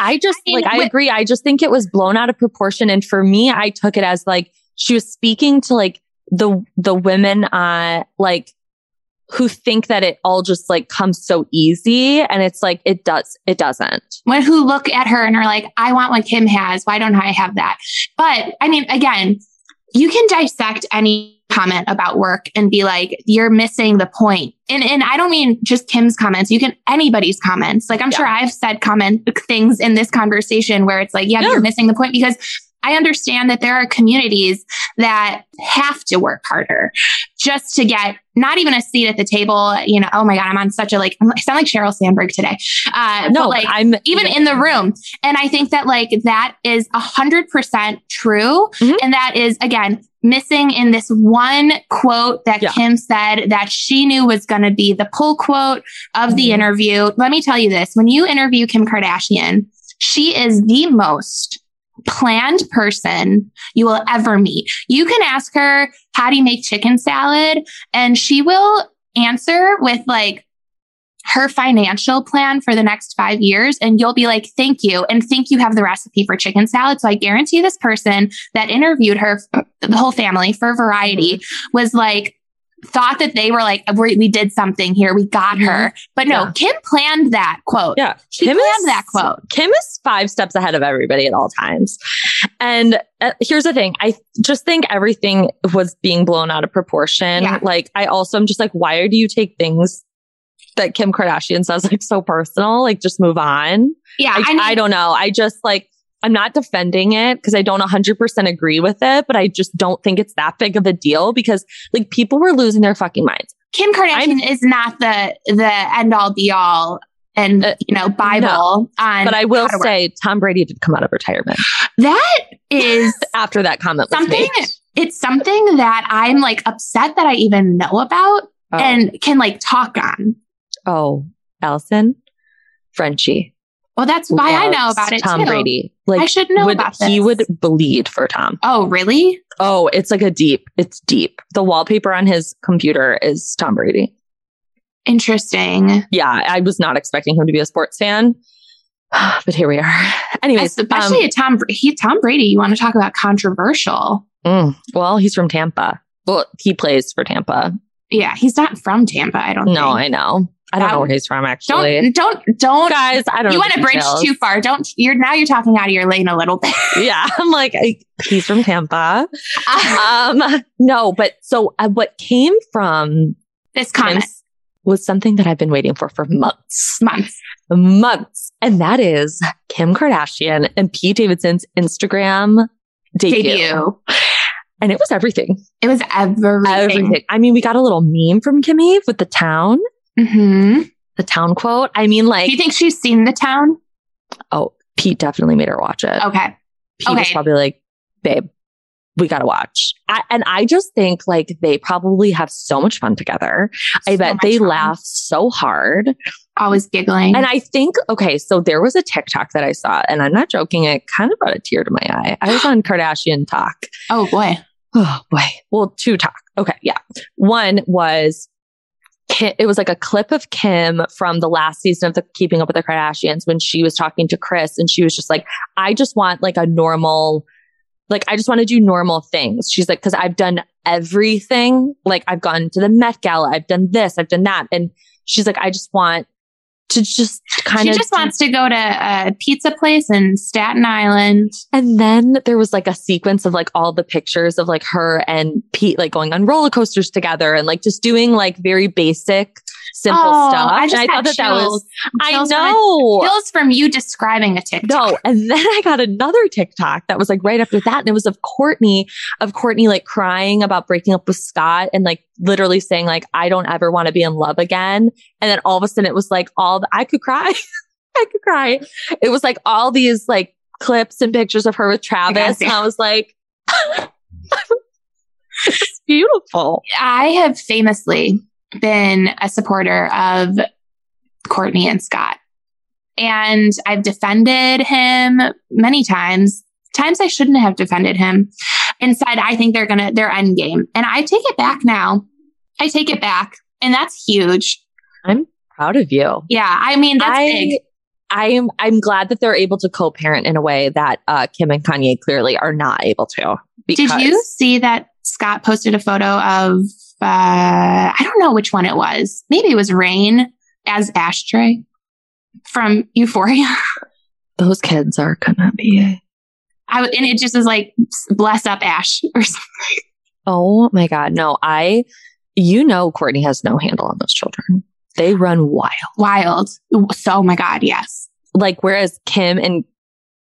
Speaker 3: I just
Speaker 4: I mean,
Speaker 3: like, I
Speaker 4: wi-
Speaker 3: agree. I just think it was blown out of proportion. And for me, I took it as like she was speaking to like the, the women, uh, like who think that it all just like comes so easy and it's like it does it doesn't
Speaker 4: when who look at her and are like, I want what Kim has. Why don't I have that? But I mean, again, you can dissect any comment about work and be like, you're missing the point. And and I don't mean just Kim's comments. You can anybody's comments. Like I'm sure I've said comment things in this conversation where it's like, yeah,
Speaker 2: Yeah.
Speaker 4: you're missing the point because I understand that there are communities that have to work harder just to get not even a seat at the table. You know, oh my God, I'm on such a like, I sound like Cheryl Sandberg today. Uh, but,
Speaker 3: no
Speaker 4: like,
Speaker 3: i'm
Speaker 4: even in the room. And I think that like that is a hundred percent true.
Speaker 3: Mhm.
Speaker 4: And that is again missing in this one quote that
Speaker 3: Yeah.
Speaker 4: Kim said that she knew was going to be the pull quote of the interview. Let me tell you this. When you interview Kim Kardashian, she is the most planned person you will ever meet. You can ask her, how do you make chicken salad? And she will answer with like her financial plan for the next five years. And you'll be like, thank you. And think you have the recipe for chicken salad. So I guarantee this person that interviewed her, the whole family for variety was like, thought that they were like, we, we did something here. We got her. But no,
Speaker 3: Yeah.
Speaker 4: Kim planned that quote.
Speaker 3: yeah
Speaker 4: She
Speaker 3: Kim
Speaker 4: planned
Speaker 3: is-
Speaker 4: that quote.
Speaker 3: Kim is five steps ahead of everybody at all times. And uh, here's the thing. I just think everything was being blown out of proportion.
Speaker 4: Yeah.
Speaker 3: Like I also am just like, why do you take things that Kim Kardashian says like so personal? Like just move on.
Speaker 4: Yeah.
Speaker 3: I, I,
Speaker 4: mean,
Speaker 3: don't know. I just like, I'm not defending it because I don't 100% agree with it, but I just don't think it's that big of a deal because like people were losing their fucking minds.
Speaker 4: Kim Kardashian is not the the end all be all and
Speaker 3: Uh,
Speaker 4: you know Bible on.
Speaker 3: But I will
Speaker 4: how to work.
Speaker 3: say Tom Brady did come out of retirement
Speaker 4: that is
Speaker 3: after that comment was
Speaker 4: something.
Speaker 3: made.
Speaker 4: It's something that I'm like upset that I even know about
Speaker 3: Oh.
Speaker 4: and can like talk on.
Speaker 3: Oh, Allison, Frenchie.
Speaker 4: Well, that's why I know
Speaker 3: loves
Speaker 4: about it.
Speaker 3: Tom
Speaker 4: too.
Speaker 3: Brady. Like
Speaker 4: I should know
Speaker 3: would,
Speaker 4: about
Speaker 3: He
Speaker 4: this.
Speaker 3: would bleed for Tom.
Speaker 4: Oh, really?
Speaker 3: Oh, it's like a deep. It's deep. The wallpaper on his computer is Tom Brady.
Speaker 4: Interesting.
Speaker 3: Yeah, I was not expecting him to be a sports fan, but here we are. Anyways,
Speaker 4: Especially
Speaker 3: um,
Speaker 4: a Tom. Br- He Tom Brady. You want to talk about controversial?
Speaker 3: mm, well, he's from Tampa. Well, he plays for Tampa.
Speaker 4: Yeah, he's not from Tampa. I don't.
Speaker 3: No,
Speaker 4: think.
Speaker 3: I know. I don't
Speaker 4: That-
Speaker 3: know where he's from actually.
Speaker 4: don't don't don't.
Speaker 3: Guys, I don't.
Speaker 4: you
Speaker 3: know
Speaker 4: want
Speaker 3: the
Speaker 4: to bridge
Speaker 3: details.
Speaker 4: too far. Don't you're now you're talking out of your lane a little bit.
Speaker 3: Yeah, I'm like I, he's from Tampa. um, no, but so uh, what came from
Speaker 4: this comment
Speaker 3: Kim's was something that I've been waiting for for months,
Speaker 4: month.
Speaker 3: months, and that is Kim Kardashian and Pete Davidson's Instagram debut.
Speaker 4: Debut.
Speaker 3: and it was everything,
Speaker 4: It was everything.
Speaker 3: everything. I mean, we got a little meme from Kimmy with the town,
Speaker 4: hmm
Speaker 3: the town quote. I mean, like
Speaker 4: Do you think she's seen the town?
Speaker 3: Pete definitely made her watch it.
Speaker 4: Okay.
Speaker 3: Pete was
Speaker 4: Okay.
Speaker 3: probably like, babe, we got to watch. I, and I just think like they probably have so much fun together. I
Speaker 4: So
Speaker 3: bet
Speaker 4: much
Speaker 3: they
Speaker 4: fun.
Speaker 3: laugh so hard.
Speaker 4: Always giggling.
Speaker 3: And I think, okay, so there was a TikTok that I saw, and I'm not joking. It kind of brought a tear to my eye. I was on Kardashian Talk.
Speaker 4: oh boy.
Speaker 3: Oh boy. Well, two talk. Okay. Yeah. One was, Ki- it was like a clip of Kim from the last season of the Keeping Up with the Kardashians when she was talking to Chris and she was just like, I just want like a normal, like, I just want to do normal things. She's like, cause I've done everything. Like, I've gone to the Met Gala. I've done this. I've done that. And she's like, I just want to just kind
Speaker 4: She
Speaker 3: of.
Speaker 4: just wants to go to a pizza place in Staten Island.
Speaker 3: And then there was like a sequence of like all the pictures of like her and Pete like going on roller coasters together and like just doing like very basic, simple
Speaker 4: Oh,
Speaker 3: stuff.
Speaker 4: I just
Speaker 3: and I
Speaker 4: got
Speaker 3: thought that that was,
Speaker 4: chills.
Speaker 3: I
Speaker 4: Chills from it.
Speaker 3: know.
Speaker 4: Feels from you describing a TikTok.
Speaker 3: No. And then I got another TikTok that was like right after that. And it was of Courtney, of Courtney like crying about breaking up with Scott and like literally saying like, I don't ever want to be in love again. And then all of a sudden it was like all the, I could cry. I could cry. It was like all these like clips and pictures of her with Travis.
Speaker 4: see.
Speaker 3: And I was like, it's beautiful.
Speaker 4: I have famously been a supporter of Courtney and Scott. And I've defended him many times, times I shouldn't have defended him. And said, I think they're gonna they're end game. And I take it back now. I take it back. And that's huge.
Speaker 3: Proud of you.
Speaker 4: Yeah. I mean, that's
Speaker 3: I,
Speaker 4: big.
Speaker 3: I am I'm glad that they're able to co-parent in a way that uh, Kim and Kanye clearly are not able to.
Speaker 4: Did you see that Scott posted a photo of uh, I don't know which one it was. Maybe it was Rain as Ashtray from Euphoria.
Speaker 3: Those kids are gonna be.
Speaker 4: I, w- and it just is like, bless up Ash or something.
Speaker 3: Oh my God. No, I, you know, Courtney has no handle on those children. They run wild.
Speaker 4: Wild. So, oh my God, yes.
Speaker 3: Like, whereas Kim and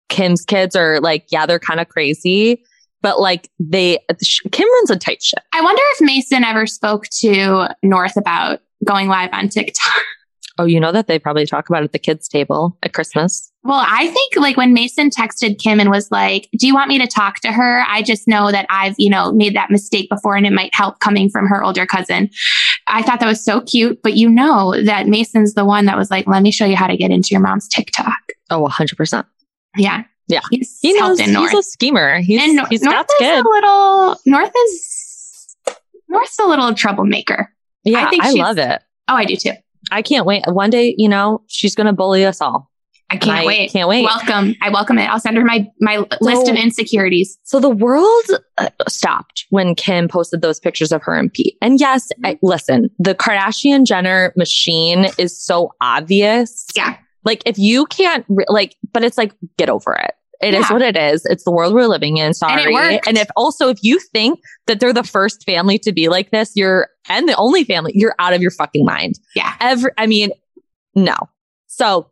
Speaker 3: Kim's kids are like, yeah, they're kind of crazy, but like they, sh- Kim runs a tight ship.
Speaker 4: I wonder if Mason ever spoke to North about going live on TikTok.
Speaker 3: Oh, you know that they probably talk about it at the kids' table at Christmas.
Speaker 4: Well, I think like when Mason texted Kim and was like, Do you want me to talk to her? I just know that I've, you know, made that mistake before and it might help coming from her older cousin. I thought that was so cute. But you know that Mason's the one that was like, Let me show you how to get into your mom's TikTok.
Speaker 3: Oh, 100%.
Speaker 4: Yeah.
Speaker 3: Yeah. He's he knows he's North. a schemer. He's, and no- he's
Speaker 4: North
Speaker 3: Scott's
Speaker 4: is
Speaker 3: kid.
Speaker 4: a little, North is, North's a little troublemaker.
Speaker 3: Yeah. I, think I love it.
Speaker 4: Oh, I do too.
Speaker 3: I can't wait. One day, you know, she's going to bully us all.
Speaker 4: I can't
Speaker 3: I
Speaker 4: wait.
Speaker 3: Can't wait.
Speaker 4: Welcome. I welcome it. I'll send her my my list of insecurities.
Speaker 3: So the world uh, stopped when Kim posted those pictures of her and Pete. And yes, I,
Speaker 4: Mm-hmm.
Speaker 3: listen, the Kardashian Jenner machine is so obvious.
Speaker 4: Yeah.
Speaker 3: Like if you can't re- like, but it's like get over it. It is
Speaker 4: Yeah.
Speaker 3: what it is. It's the world we're living in. Sorry.
Speaker 4: worked.
Speaker 3: if also if you think that they're the first family to be like this, you're and the only family, you're out of your fucking mind.
Speaker 4: Yeah.
Speaker 3: Every I mean, no. So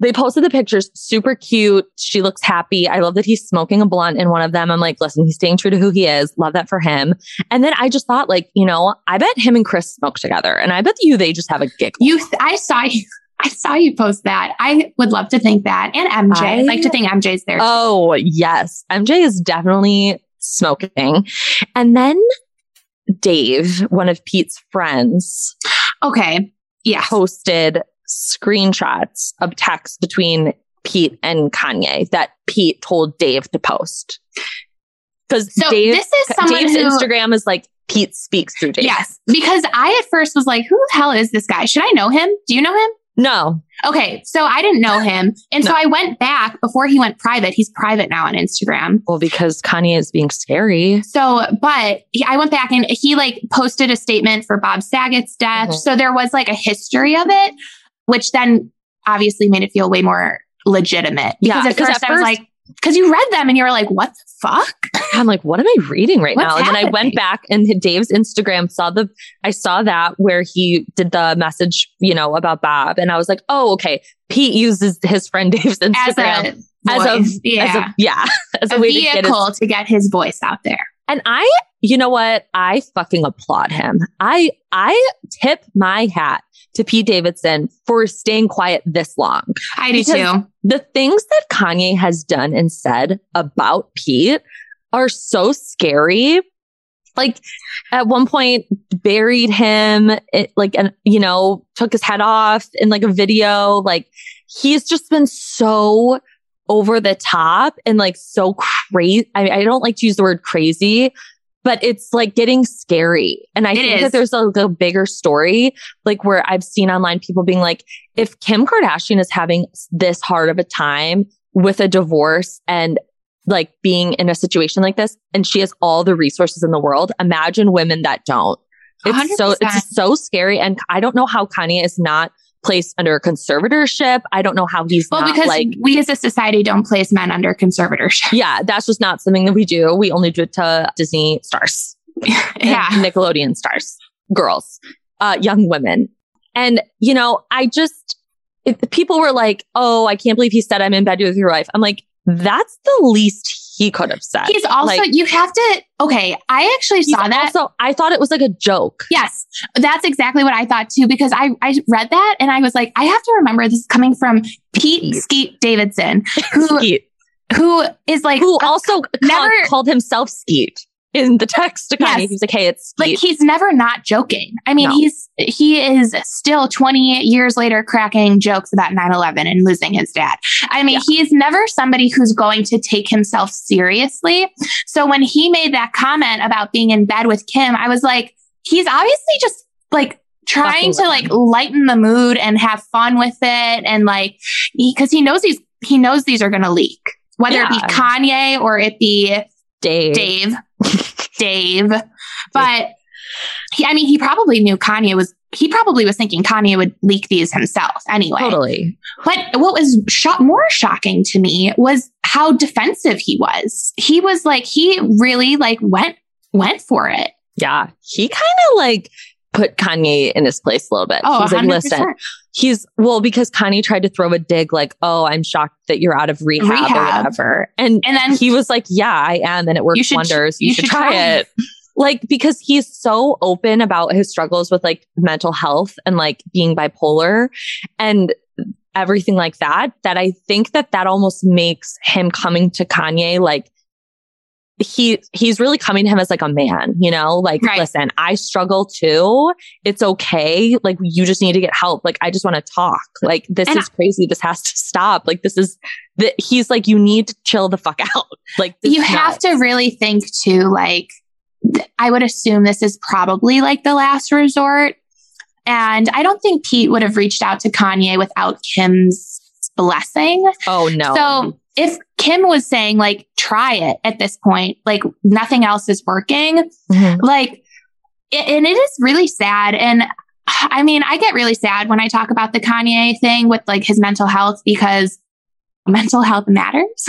Speaker 3: they posted the pictures, super cute. She looks happy. I love that he's smoking a blunt in one of them. I'm like, listen, he's staying true to who he is. Love that for him. And then I just thought, like, you know, I bet him and Chris smoke together. And I bet you they just have a gig.
Speaker 4: You, th- I saw you. I saw you post that. I would love to think that, and MJ. I,
Speaker 3: I-
Speaker 4: would like to think MJ's there.
Speaker 3: Oh, yes. MJ is definitely smoking. And then Dave, one of Pete's friends,
Speaker 4: okay. Yeah.
Speaker 3: posted screenshots of text between Pete and Kanye that Pete told Dave to post. Because
Speaker 4: So
Speaker 3: Dave,
Speaker 4: this is someone
Speaker 3: Dave's
Speaker 4: who.
Speaker 3: Instagram is like Pete speaks through Dave.
Speaker 4: Yes, because I at first was like, "Who the hell is this guy? Should I know him? Do you know him?"
Speaker 3: No.
Speaker 4: Okay, so I didn't know him, and so
Speaker 3: No.
Speaker 4: I went back before he went private. He's private now on Instagram.
Speaker 3: Well, because Kanye is being scary.
Speaker 4: So, but he- I went back and he like posted a statement for Bob Saget's death.
Speaker 3: Mhm.
Speaker 4: So there was like a history of it, which then obviously made it feel way more legitimate.
Speaker 3: Yeah,
Speaker 4: Because at
Speaker 3: because
Speaker 4: first
Speaker 3: at
Speaker 4: I was
Speaker 3: first-
Speaker 4: like, because you read them and you were like, what the fuck?
Speaker 3: I'm like, what am I reading right
Speaker 4: What's
Speaker 3: now? And then I
Speaker 4: happening?
Speaker 3: went back and hit Dave's Instagram saw the I saw that where he did the message, you know, about Bob. And I was like, oh, okay. Pete uses his friend Dave's
Speaker 4: As
Speaker 3: Instagram
Speaker 4: a
Speaker 3: as a-
Speaker 4: voice. yeah.
Speaker 3: as a yeah, as a,
Speaker 4: a
Speaker 3: way to get his
Speaker 4: vehicle to get his voice out there.
Speaker 3: And I, you know what? I fucking applaud him. I, I tip my hat to Pete Davidson for staying quiet this long.
Speaker 4: I do
Speaker 3: Because-
Speaker 4: too.
Speaker 3: The things that Kanye has done and said about Pete are so scary. Like at one point buried him, it, like, and you know, took his head off in like a video. Like he's just been so over the top and like so crazy. I, I don't like to use the word crazy, but it's like getting scary. And I
Speaker 4: It
Speaker 3: think
Speaker 4: is.
Speaker 3: that there's like a bigger story, like where I've seen online people being like, if Kim Kardashian is having this hard of a time with a divorce and like being in a situation like this, and she has all the resources in the world, imagine women that don't. It's so it's
Speaker 4: 100%.
Speaker 3: so scary, and I don't know how Kanye is not placed under conservatorship. I don't know how he's
Speaker 4: Well,
Speaker 3: not
Speaker 4: because
Speaker 3: like
Speaker 4: we as a society don't place men under conservatorship.
Speaker 3: yeah, that's just not something that we do. We only do it to Disney stars, and
Speaker 4: yeah.
Speaker 3: Nickelodeon stars, girls, uh, young women. And, you know, I just, it, people were like, oh, I can't believe he said I'm in bed with your wife. I'm like, that's the least he could have said.
Speaker 4: He's also,
Speaker 3: Like,
Speaker 4: you have to, okay, I actually
Speaker 3: he's
Speaker 4: saw that.
Speaker 3: Also, I thought it was like a joke.
Speaker 4: Yes, that's exactly what I thought too, because I, I read that and I was like, I have to remember this is coming from Pete Skeet Davidson, who,
Speaker 3: Skeet,
Speaker 4: who is like,
Speaker 3: who
Speaker 4: a-
Speaker 3: also ca-
Speaker 4: never-
Speaker 3: called himself Skeet in the text to Kanye.
Speaker 4: Yes.
Speaker 3: He was like, hey, it's Skeet.
Speaker 4: like he's never not joking. I mean,
Speaker 3: No.
Speaker 4: he's, he is still 20 years later cracking jokes about 9 11 and losing his dad. I mean,
Speaker 3: Yeah.
Speaker 4: he's never somebody who's going to take himself seriously. So when he made that comment about being in bed with Kim, I was like, he's obviously just like
Speaker 3: Fucking
Speaker 4: trying
Speaker 3: with
Speaker 4: to like lighten the mood and have fun with it and like because he, knows these he knows these are going to leak whether it
Speaker 3: Yeah.
Speaker 4: be Kanye or it be
Speaker 3: Dave.
Speaker 4: Dave Dave but he, I mean, he probably knew Kanye was, he probably was thinking Kanye would leak these himself anyway.
Speaker 3: Totally.
Speaker 4: But what was sho- more shocking to me was how defensive he was. He was like, he really like went, went for it.
Speaker 3: Yeah. He kind of like put Kanye in his place a little bit.
Speaker 4: Oh,
Speaker 3: He's like,
Speaker 4: 100%.
Speaker 3: listen, he's well, because Kanye tried to throw a dig like, oh, I'm shocked that you're out of rehab,
Speaker 4: Rehab.
Speaker 3: or whatever. And,
Speaker 4: And then-
Speaker 3: he was like, yeah, I am. And it works
Speaker 4: You should-
Speaker 3: wonders. You,
Speaker 4: you
Speaker 3: should,
Speaker 4: should
Speaker 3: try,
Speaker 4: try.
Speaker 3: it. Like, because he's so open about his struggles with like mental health and like being bipolar and everything like that, that I think that that almost makes him coming to Kanye like, he he's really coming to him as like a man, you know, like
Speaker 4: Right.
Speaker 3: listen, I struggle too. It's okay. Like you just need to get help. Like I just want to talk. Like this
Speaker 4: And
Speaker 3: is crazy. This has to stop. Like this is that he's like you need to chill the fuck out. Like this
Speaker 4: you
Speaker 3: is
Speaker 4: have
Speaker 3: nuts.
Speaker 4: to really think too like th- i would assume this is probably like the last resort and i don't think pete would have reached out to kanye without kim's blessing
Speaker 3: Oh no.
Speaker 4: so if kim was saying like try it at this point like nothing else is working
Speaker 3: Mhm.
Speaker 4: like it, and it is really sad and i mean i get really sad when i talk about the kanye thing with like his mental health because mental health matters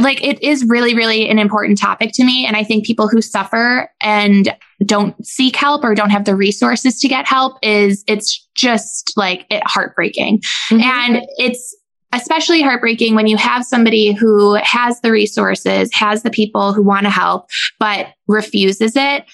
Speaker 4: like it is really really an important topic to me and i think people who suffer and don't seek help or don't have the resources to get help is it's just like it heartbreaking and it's especially heartbreaking when you have somebody who has the resources, has the people who want to help, but refuses it.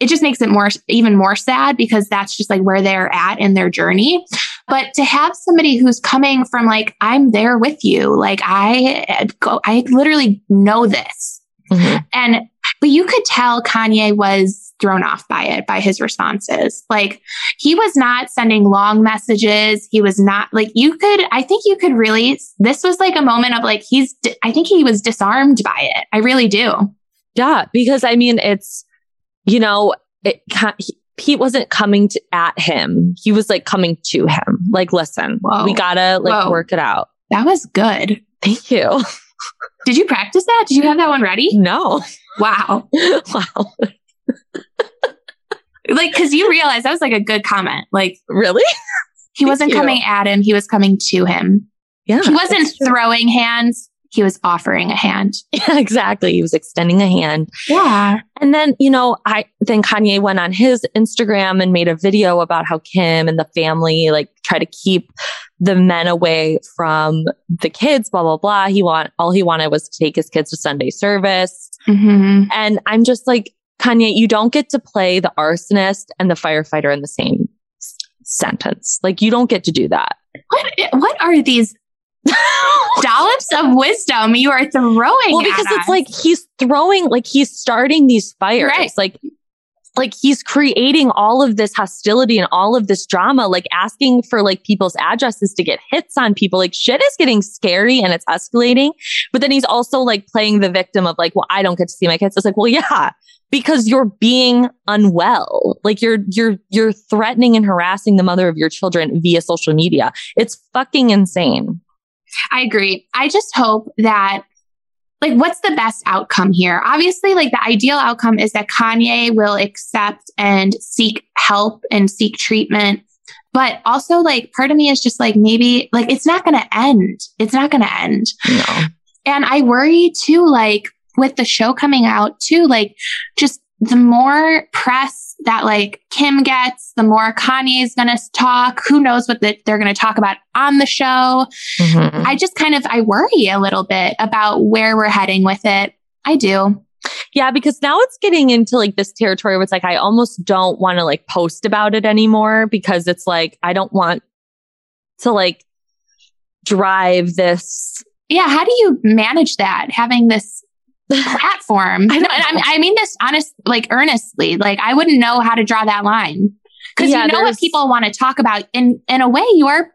Speaker 4: It just makes it more, even more sad because that's just like where they're at in their journey. But to have somebody who's coming from like, I'm there with you. Like I uh, go, I literally know this.
Speaker 3: Mhm.
Speaker 4: And, but you could tell Kanye was thrown off by it, by his responses. Like he was not sending long messages. He was not like, you could, I think you could really, this was like a moment of like, he's, di- I think he was disarmed by it. I really do.
Speaker 3: Yeah, because I mean, it's you know, it ca- he, Pete wasn't coming to at him. He was like coming to him. Like, listen,
Speaker 4: Whoa.
Speaker 3: we gotta like
Speaker 4: Whoa.
Speaker 3: work it out.
Speaker 4: That was good.
Speaker 3: Thank you.
Speaker 4: Did you practice that? Did you have that one ready?
Speaker 3: No.
Speaker 4: Wow.
Speaker 3: wow.
Speaker 4: Like, cause you realized that was like a good comment. Like,
Speaker 3: Really?
Speaker 4: he
Speaker 3: Thank
Speaker 4: wasn't
Speaker 3: you.
Speaker 4: coming at him, he was coming to him.
Speaker 3: Yeah.
Speaker 4: He wasn't throwing hands, he was offering a hand.
Speaker 3: Yeah, exactly. He was extending a hand.
Speaker 4: Yeah.
Speaker 3: And then, you know, I then Kanye went on his Instagram and made a video about how Kim and the family like try to keep the men away from the kids, blah, blah, blah. He want all he wanted was to take his kids to Sunday service.
Speaker 4: hmm
Speaker 3: And I'm just like, Kanye, you don't get to play the arsonist and the firefighter in the same s- sentence. Like you don't get to do that.
Speaker 4: What, what are these dollops of wisdom you are throwing?
Speaker 3: Well,
Speaker 4: at
Speaker 3: because
Speaker 4: us?
Speaker 3: it's like he's throwing, like he's starting these fires,
Speaker 4: Right.
Speaker 3: like like he's creating all of this hostility and all of this drama, like asking for like people's addresses to get hits on people. Like shit is getting scary and it's escalating. But then he's also like playing the victim of like, well, I don't get to see my kids. It's like, well, yeah, because you're being unwell. Like you're you're you're threatening and harassing the mother of your children via social media. It's fucking insane.
Speaker 4: I agree. I just hope that, like, what's the best outcome here? Obviously, like, the ideal outcome is that Kanye will accept and seek help and seek treatment. But also, like, part of me is just like, maybe, like, it's not going to end. It's not going to end.
Speaker 3: No.
Speaker 4: And I worry too, like with the show coming out too, like just the more press that like Kim gets, the more Kanye's gonna talk. Who knows what that they're gonna talk about on the show?
Speaker 3: Mhm.
Speaker 4: I just kind of I worry a little bit about where we're heading with it. I do.
Speaker 3: Yeah, because now it's getting into like this territory where it's like I almost don't want to like post about it anymore because it's like I don't want to like drive this.
Speaker 4: Yeah. How do you manage that? Having this platform.
Speaker 3: I
Speaker 4: I,
Speaker 3: don't
Speaker 4: no, and I'm- I mean this honest, like earnestly. Like I wouldn't know how to draw that line because
Speaker 3: Yeah,
Speaker 4: you know
Speaker 3: there's-
Speaker 4: what people want to talk about. In in a way, you are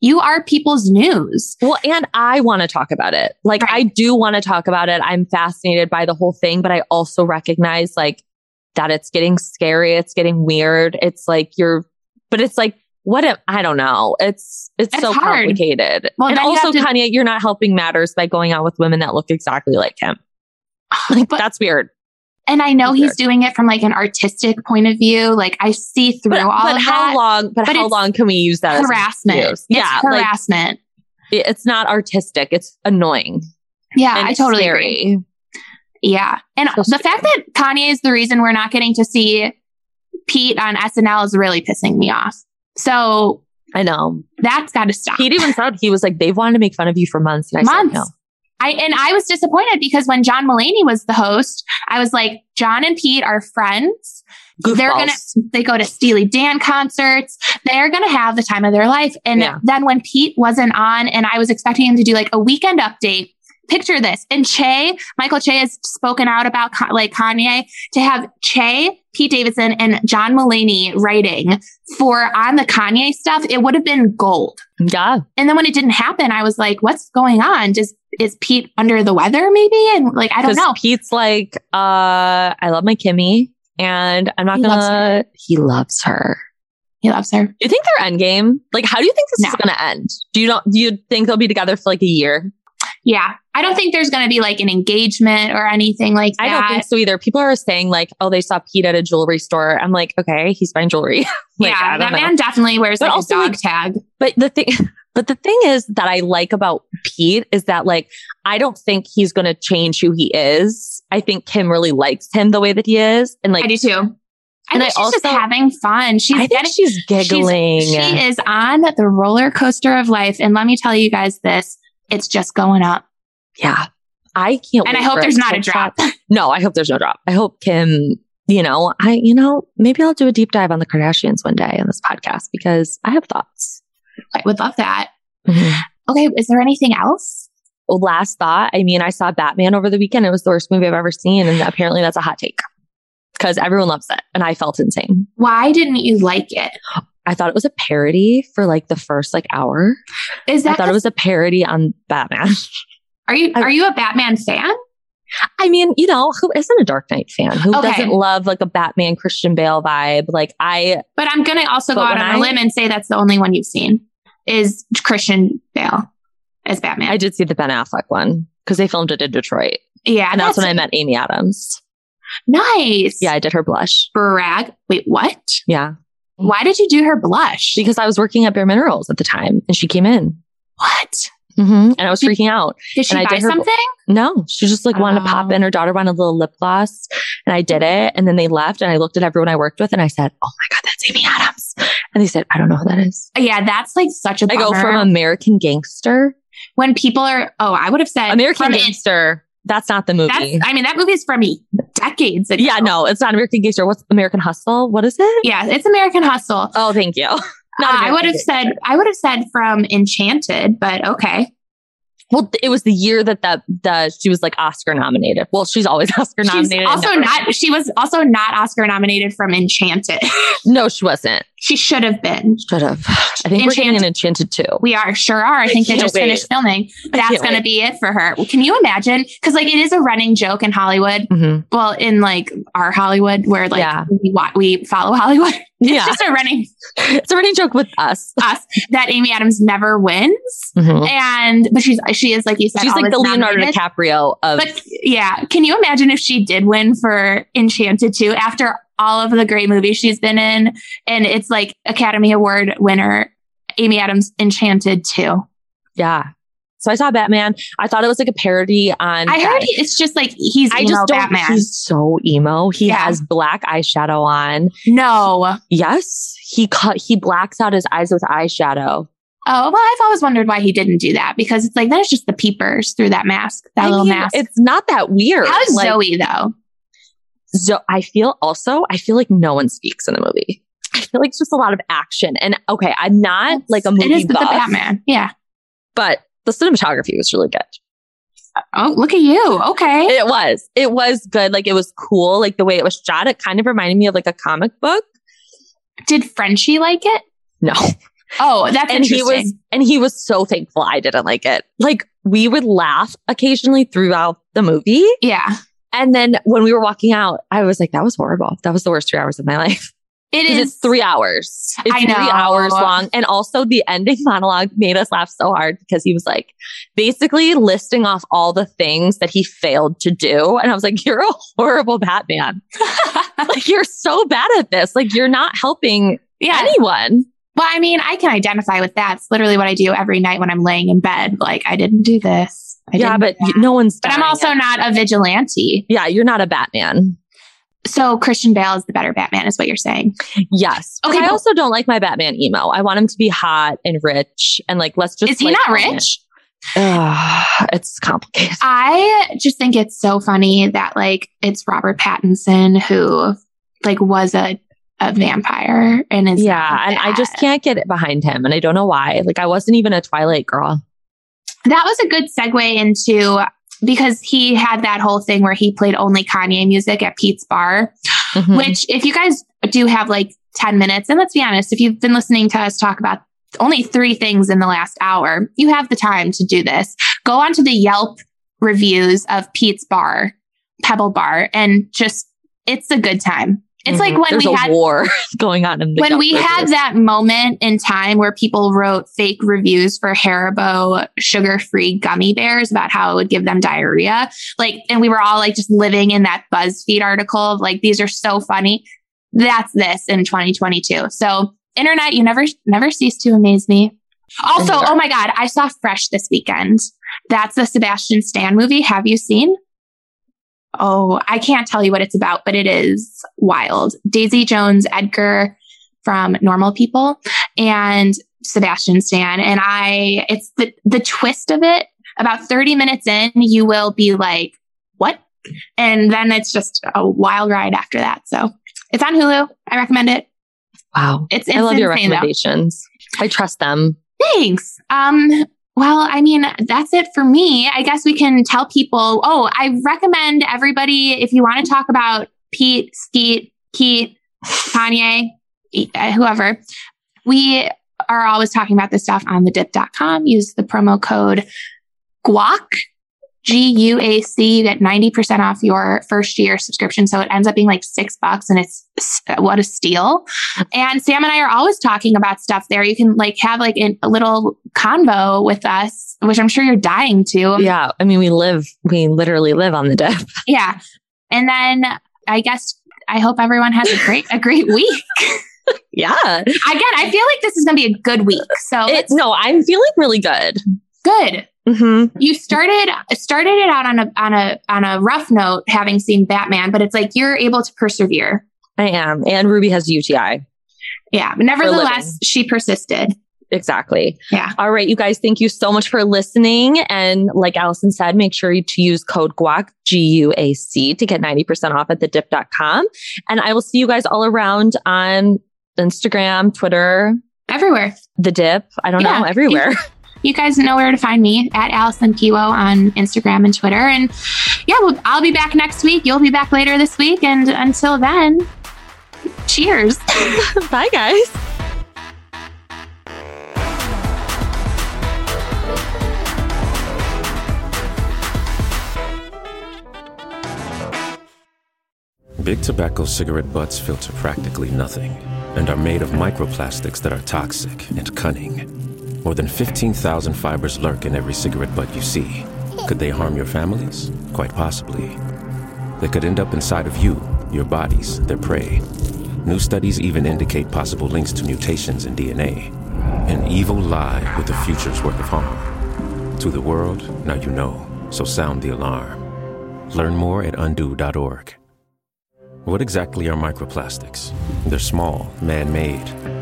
Speaker 4: you are people's news.
Speaker 3: Well, and I want to talk about it. Like
Speaker 4: Right.
Speaker 3: I do want to talk about it. I'm fascinated by the whole thing, but I also recognize like that it's getting scary, it's getting weird. It's like you're but it's like what if I don't know. It's it's
Speaker 4: It's
Speaker 3: so
Speaker 4: hard.
Speaker 3: complicated.
Speaker 4: Well,
Speaker 3: and
Speaker 4: then you
Speaker 3: also
Speaker 4: have to-
Speaker 3: Kanye, you're not helping matters by going out with women that look exactly like him. Like
Speaker 4: But
Speaker 3: that's weird.
Speaker 4: And I know he's doing it from like an artistic point of view. Like I see through
Speaker 3: But,
Speaker 4: all
Speaker 3: but
Speaker 4: of
Speaker 3: how
Speaker 4: that.
Speaker 3: long? But,
Speaker 4: But
Speaker 3: how
Speaker 4: it's
Speaker 3: long can we use that as an
Speaker 4: harassment.
Speaker 3: excuse?
Speaker 4: It's
Speaker 3: Yeah, like
Speaker 4: harassment.
Speaker 3: it- it's not artistic. It's annoying.
Speaker 4: yeah,
Speaker 3: and
Speaker 4: I totally
Speaker 3: scary.
Speaker 4: agree. Yeah. And
Speaker 3: So
Speaker 4: the fact that Kanye is the reason we're not getting to see Pete on SNL is really pissing me off. So
Speaker 3: I know.
Speaker 4: that's got to stop.
Speaker 3: Pete even said he was like they've wanted to make fun of you for months. And I
Speaker 4: months.
Speaker 3: Said, no.
Speaker 4: I and I was disappointed because when John Mullaney was the host, I was like, John and Pete are friends. They're
Speaker 3: Goofballs.
Speaker 4: gonna they go to Steely Dan concerts. They're gonna have the time of their life. And
Speaker 3: Yeah.
Speaker 4: then when Pete wasn't on, and I was expecting him to do like a weekend update. Picture this, and Che Michael Che has spoken out about Ka- like Kanye to have Che Pete Davidson and John Mullaney writing for on the Kanye stuff. It would have been gold.
Speaker 3: Yeah.
Speaker 4: And then when it didn't happen, I was like, what's going on? Does is Pete under the weather maybe? And like, I don't
Speaker 3: Because
Speaker 4: know.
Speaker 3: Pete's like, uh, I love my Kimmy and I'm not
Speaker 4: He
Speaker 3: gonna
Speaker 4: loves
Speaker 3: he loves her.
Speaker 4: He loves her.
Speaker 3: Do you think they're end game? Like how do you think this is
Speaker 4: No.
Speaker 3: gonna end? Do you don't do you think they'll be together for like a year?
Speaker 4: Yeah. I don't think there's going to be like an engagement or anything like that.
Speaker 3: I don't think so either. People are saying like, oh, they saw Pete at a jewelry store. I'm like, okay, he's buying jewelry. Like, I
Speaker 4: yeah.
Speaker 3: don't
Speaker 4: That
Speaker 3: know.
Speaker 4: man definitely wears
Speaker 3: But
Speaker 4: like
Speaker 3: also,
Speaker 4: a dog
Speaker 3: like-
Speaker 4: tag.
Speaker 3: But the thing, but the thing is that I like about Pete is that like I don't think he's going to change who he is. I think Kim really likes him the way that he is, and like
Speaker 4: I do too. I
Speaker 3: and
Speaker 4: think
Speaker 3: I
Speaker 4: she's just
Speaker 3: also-
Speaker 4: having fun. She's
Speaker 3: I think
Speaker 4: getting,
Speaker 3: she's giggling.
Speaker 4: She's, she is on the roller coaster of life. And let me tell you guys this, it's just going up.
Speaker 3: yeah, I can't.
Speaker 4: And I
Speaker 3: wait
Speaker 4: hope
Speaker 3: for
Speaker 4: there's
Speaker 3: it.
Speaker 4: not a
Speaker 3: Don't
Speaker 4: drop.
Speaker 3: stop. No, I hope there's no drop. I hope Kim. You know, I you know maybe I'll do a deep dive on the Kardashians one day on this podcast because I have thoughts.
Speaker 4: I would love that. Mm-hmm. Okay. Is there anything else?
Speaker 3: Last thought. I mean, I saw Batman over the weekend. It was the worst movie I've ever seen, and apparently that's a hot take because everyone loves it, and I felt insane.
Speaker 4: Why didn't you like it?
Speaker 3: I thought it was a parody for like the first like hour.
Speaker 4: Is
Speaker 3: I
Speaker 4: that
Speaker 3: thought it was a parody on Batman.
Speaker 4: Are you
Speaker 3: I-
Speaker 4: are you a Batman fan?
Speaker 3: I mean, you know, who isn't a Dark Knight fan? Who
Speaker 4: Okay.
Speaker 3: doesn't love like a Batman Christian Bale vibe? Like I
Speaker 4: But I'm gonna also go
Speaker 3: But
Speaker 4: out
Speaker 3: when
Speaker 4: on a
Speaker 3: I-
Speaker 4: limb and say that's the only one you've seen is Christian Bale as Batman.
Speaker 3: I did see the Ben Affleck one because they filmed it in Detroit.
Speaker 4: yeah,
Speaker 3: And that's when I met Amy Adams.
Speaker 4: nice.
Speaker 3: Yeah, I did her blush.
Speaker 4: brag. Wait, what?
Speaker 3: Yeah.
Speaker 4: Why did you do her blush?
Speaker 3: Because I was working at Bare Minerals at the time and she came in.
Speaker 4: what
Speaker 3: hmm And I was freaking out.
Speaker 4: did she
Speaker 3: And I
Speaker 4: buy
Speaker 3: did her bl-
Speaker 4: something?
Speaker 3: No, she just like wanted to pop
Speaker 4: Oh.
Speaker 3: in. Her daughter wanted a little lip gloss, and I did it. And then they left, and I looked at everyone I worked with, and I said, "Oh my god, that's Amy Adams." And they said, "I don't know who that is."
Speaker 4: yeah, that's like such a
Speaker 3: I
Speaker 4: bummer.
Speaker 3: go from American Gangster,
Speaker 4: when people are. Oh, I would have said
Speaker 3: American
Speaker 4: from it-
Speaker 3: Gangster. That's not the
Speaker 4: That's.
Speaker 3: movie.
Speaker 4: I mean, that movie is from decades ago.
Speaker 3: yeah, no, it's not American Gangster. What's American Hustle? What is it?
Speaker 4: Yeah, it's American Hustle.
Speaker 3: Oh, thank you.
Speaker 4: Uh, I
Speaker 3: American
Speaker 4: would have
Speaker 3: Gangster.
Speaker 4: said. I would have said from Enchanted, but okay.
Speaker 3: Well, th- it was the year that that the she was like Oscar nominated. Well, she's always Oscar
Speaker 4: She's
Speaker 3: nominated.
Speaker 4: also
Speaker 3: Never-
Speaker 4: not. She was also not Oscar nominated from Enchanted.
Speaker 3: No, she wasn't.
Speaker 4: she should have been.
Speaker 3: Should have. I think we're getting an Enchanted too.
Speaker 4: We are sure are. I think they
Speaker 3: can't
Speaker 4: just
Speaker 3: wait.
Speaker 4: finished filming. That's
Speaker 3: can't
Speaker 4: going to
Speaker 3: wait.
Speaker 4: be it for her. Well, Can you imagine? Because like it is a running joke in Hollywood.
Speaker 3: hmm
Speaker 4: Well, in like our Hollywood, where like
Speaker 3: Yeah.
Speaker 4: we, wa- we follow Hollywood.
Speaker 3: Yeah,
Speaker 4: It's just a running
Speaker 3: it's a running joke with us.
Speaker 4: us that Amy Adams never wins,
Speaker 3: Mhm.
Speaker 4: and but she's she is like you said
Speaker 3: She's like
Speaker 4: always
Speaker 3: the Leonardo
Speaker 4: nominated.
Speaker 3: DiCaprio of
Speaker 4: But yeah, can you imagine if she did win for Enchanted 2 after all of the great movies she's been in? And it's like Academy Award winner, Amy Adams, Enchanted 2.
Speaker 3: yeah. So I saw Batman. I thought it was like a parody on.
Speaker 4: I heard
Speaker 3: Batman.
Speaker 4: he- it's just like he's
Speaker 3: I
Speaker 4: emo
Speaker 3: just don't.
Speaker 4: Batman.
Speaker 3: He's so emo. He
Speaker 4: Yeah.
Speaker 3: has black eyeshadow on.
Speaker 4: no.
Speaker 3: Yes, he cut. He blacks out his eyes with eyeshadow.
Speaker 4: Oh, well, I've always wondered why he didn't do that because it's like that's just the peepers through that mask, that
Speaker 3: I
Speaker 4: little
Speaker 3: mean,
Speaker 4: mask.
Speaker 3: It's not that weird.
Speaker 4: How is
Speaker 3: Like,
Speaker 4: Zoe though?
Speaker 3: Zo- I feel also. I feel like no one speaks in the movie. I feel like it's just a lot of action. And okay, I'm not like a movie
Speaker 4: It is with
Speaker 3: buff,
Speaker 4: the Batman. Yeah.
Speaker 3: but the cinematography was really good.
Speaker 4: Oh, look at you. Okay.
Speaker 3: It was. It was good. Like it was cool. Like the way it was shot, it kind of reminded me of like a comic book.
Speaker 4: Did Frenchie like it?
Speaker 3: No.
Speaker 4: Oh, that's
Speaker 3: And he
Speaker 4: interesting.
Speaker 3: was and he was so thankful I didn't like it. Like we would laugh occasionally throughout the movie.
Speaker 4: yeah.
Speaker 3: And then when we were walking out, I was like, that was horrible. That was the worst three hours of my life.
Speaker 4: It
Speaker 3: 'Cause
Speaker 4: is
Speaker 3: it's three hours. It's
Speaker 4: I
Speaker 3: three
Speaker 4: know.
Speaker 3: hours long. And also the ending monologue made us laugh so hard because he was like basically listing off all the things that he failed to do. And I was like, You're a horrible Batman. like you're so bad at this. Like you're not helping
Speaker 4: yeah.
Speaker 3: anyone.
Speaker 4: Well, I mean, I can identify with that. It's literally what I do every night when I'm laying in bed. Like, I didn't do this. I
Speaker 3: yeah,
Speaker 4: didn't
Speaker 3: but
Speaker 4: do
Speaker 3: y-
Speaker 4: that.
Speaker 3: no one's
Speaker 4: but I'm
Speaker 3: dying.
Speaker 4: also not a vigilante.
Speaker 3: Yeah, you're not a Batman.
Speaker 4: So Christian Bale is the better Batman, is what you're saying.
Speaker 3: Yes.
Speaker 4: Okay,
Speaker 3: Okay. I
Speaker 4: but-
Speaker 3: also don't like my Batman emo. I want him to be hot and rich and like let's just
Speaker 4: Is he
Speaker 3: like,
Speaker 4: not
Speaker 3: own
Speaker 4: rich?
Speaker 3: it. Ugh, it's complicated.
Speaker 4: I just think it's so funny that like it's Robert Pattinson who like was a a vampire and is
Speaker 3: Yeah,
Speaker 4: now
Speaker 3: and I
Speaker 4: that.
Speaker 3: just can't get it behind him, and I don't know why. Like I wasn't even a Twilight girl.
Speaker 4: that was a good segue into because he had that whole thing where he played only Kanye music at Pete's bar.
Speaker 3: Mhm.
Speaker 4: which if you guys do have like 10 minutes and let's be honest if you've been listening to us talk about only three things in the last hour you have the time to do this go onto the yelp reviews of pete's bar pebble bar and just it's a good time it's like
Speaker 3: Mhm.
Speaker 4: when
Speaker 3: There's
Speaker 4: we
Speaker 3: a
Speaker 4: had
Speaker 3: war going on in the
Speaker 4: when
Speaker 3: Yelp
Speaker 4: we had
Speaker 3: reviews.
Speaker 4: that moment in time where people wrote fake reviews for Haribo sugar free gummy bears about how it would give them diarrhea, like, and we were all like just living in that BuzzFeed article of like, these are so funny. That's this in 2022. So, internet, you never, never cease to amaze me. Also,
Speaker 3: Sure.
Speaker 4: oh my God, I saw Fresh this weekend. That's the Sebastian Stan movie. Have you seen? Oh, I can't tell you what it's about, but it is wild. Daisy Jones Edgar from Normal People and Sebastian Stan. And I, it's the, the twist of it. About 30 minutes in, you will be like, what? And then it's just a wild ride after that. So it's on Hulu. I recommend it.
Speaker 3: Wow,
Speaker 4: It's,
Speaker 3: I love your
Speaker 4: insane, though.
Speaker 3: recommendations. I trust them.
Speaker 4: Thanks. Um, well, I mean, that's it for me. I guess we can tell people. Oh, I recommend everybody if you want to talk about Pete, Skeet, Keith, Kanye, eh, whoever. We are always talking about this stuff on thedip.com. Use the promo code GUAC, G U A C. You get 90% off your first year subscription. So it ends up being like six bucks and it's s- what a steal. And Sam and I are always talking about stuff there. You can like have like an- a little convo with us, which I'm sure you're dying to.
Speaker 3: yeah, I mean we live, we literally live on the dip.
Speaker 4: Yeah. And then I guess I hope everyone has a great a great week.
Speaker 3: Yeah, it,
Speaker 4: Again, I feel like this is going to be a good week. So it's
Speaker 3: no, I'm feeling really good.
Speaker 4: good.
Speaker 3: hmm
Speaker 4: You started started it out on a on a on a rough note having seen Batman, but it's like you're able to persevere.
Speaker 3: I am, and Ruby has UTI.
Speaker 4: Yeah. But nevertheless,
Speaker 3: living.
Speaker 4: she persisted.
Speaker 3: Exactly.
Speaker 4: Yeah.
Speaker 3: All right, you guys, thank you so much for listening. And like Allison said, make sure to use code GUAC, G U A C, to get 90% off at thedip.com. And I will see you guys all around on Instagram, Twitter,
Speaker 4: Everywhere.
Speaker 3: The Dip. I don't
Speaker 4: Yeah.
Speaker 3: know, everywhere.
Speaker 4: you guys know where to find me at Allison Kiwo on Instagram and Twitter. And yeah, well, I'll be back next week. You'll be back later this week. And until then, cheers.
Speaker 3: Bye, guys.
Speaker 6: Big tobacco cigarette butts filter practically nothing and are made of microplastics that are toxic and cunning. More than 15,000 fibers lurk in every cigarette butt you see. Could they harm your families? Quite possibly. They could end up inside of you, your bodies, their prey. New studies even indicate possible links to mutations in DNA. An evil lie with a future's worth of harm. To the world, now you know, so sound the alarm. Learn more at undo.org. What exactly are microplastics? They're small, man made.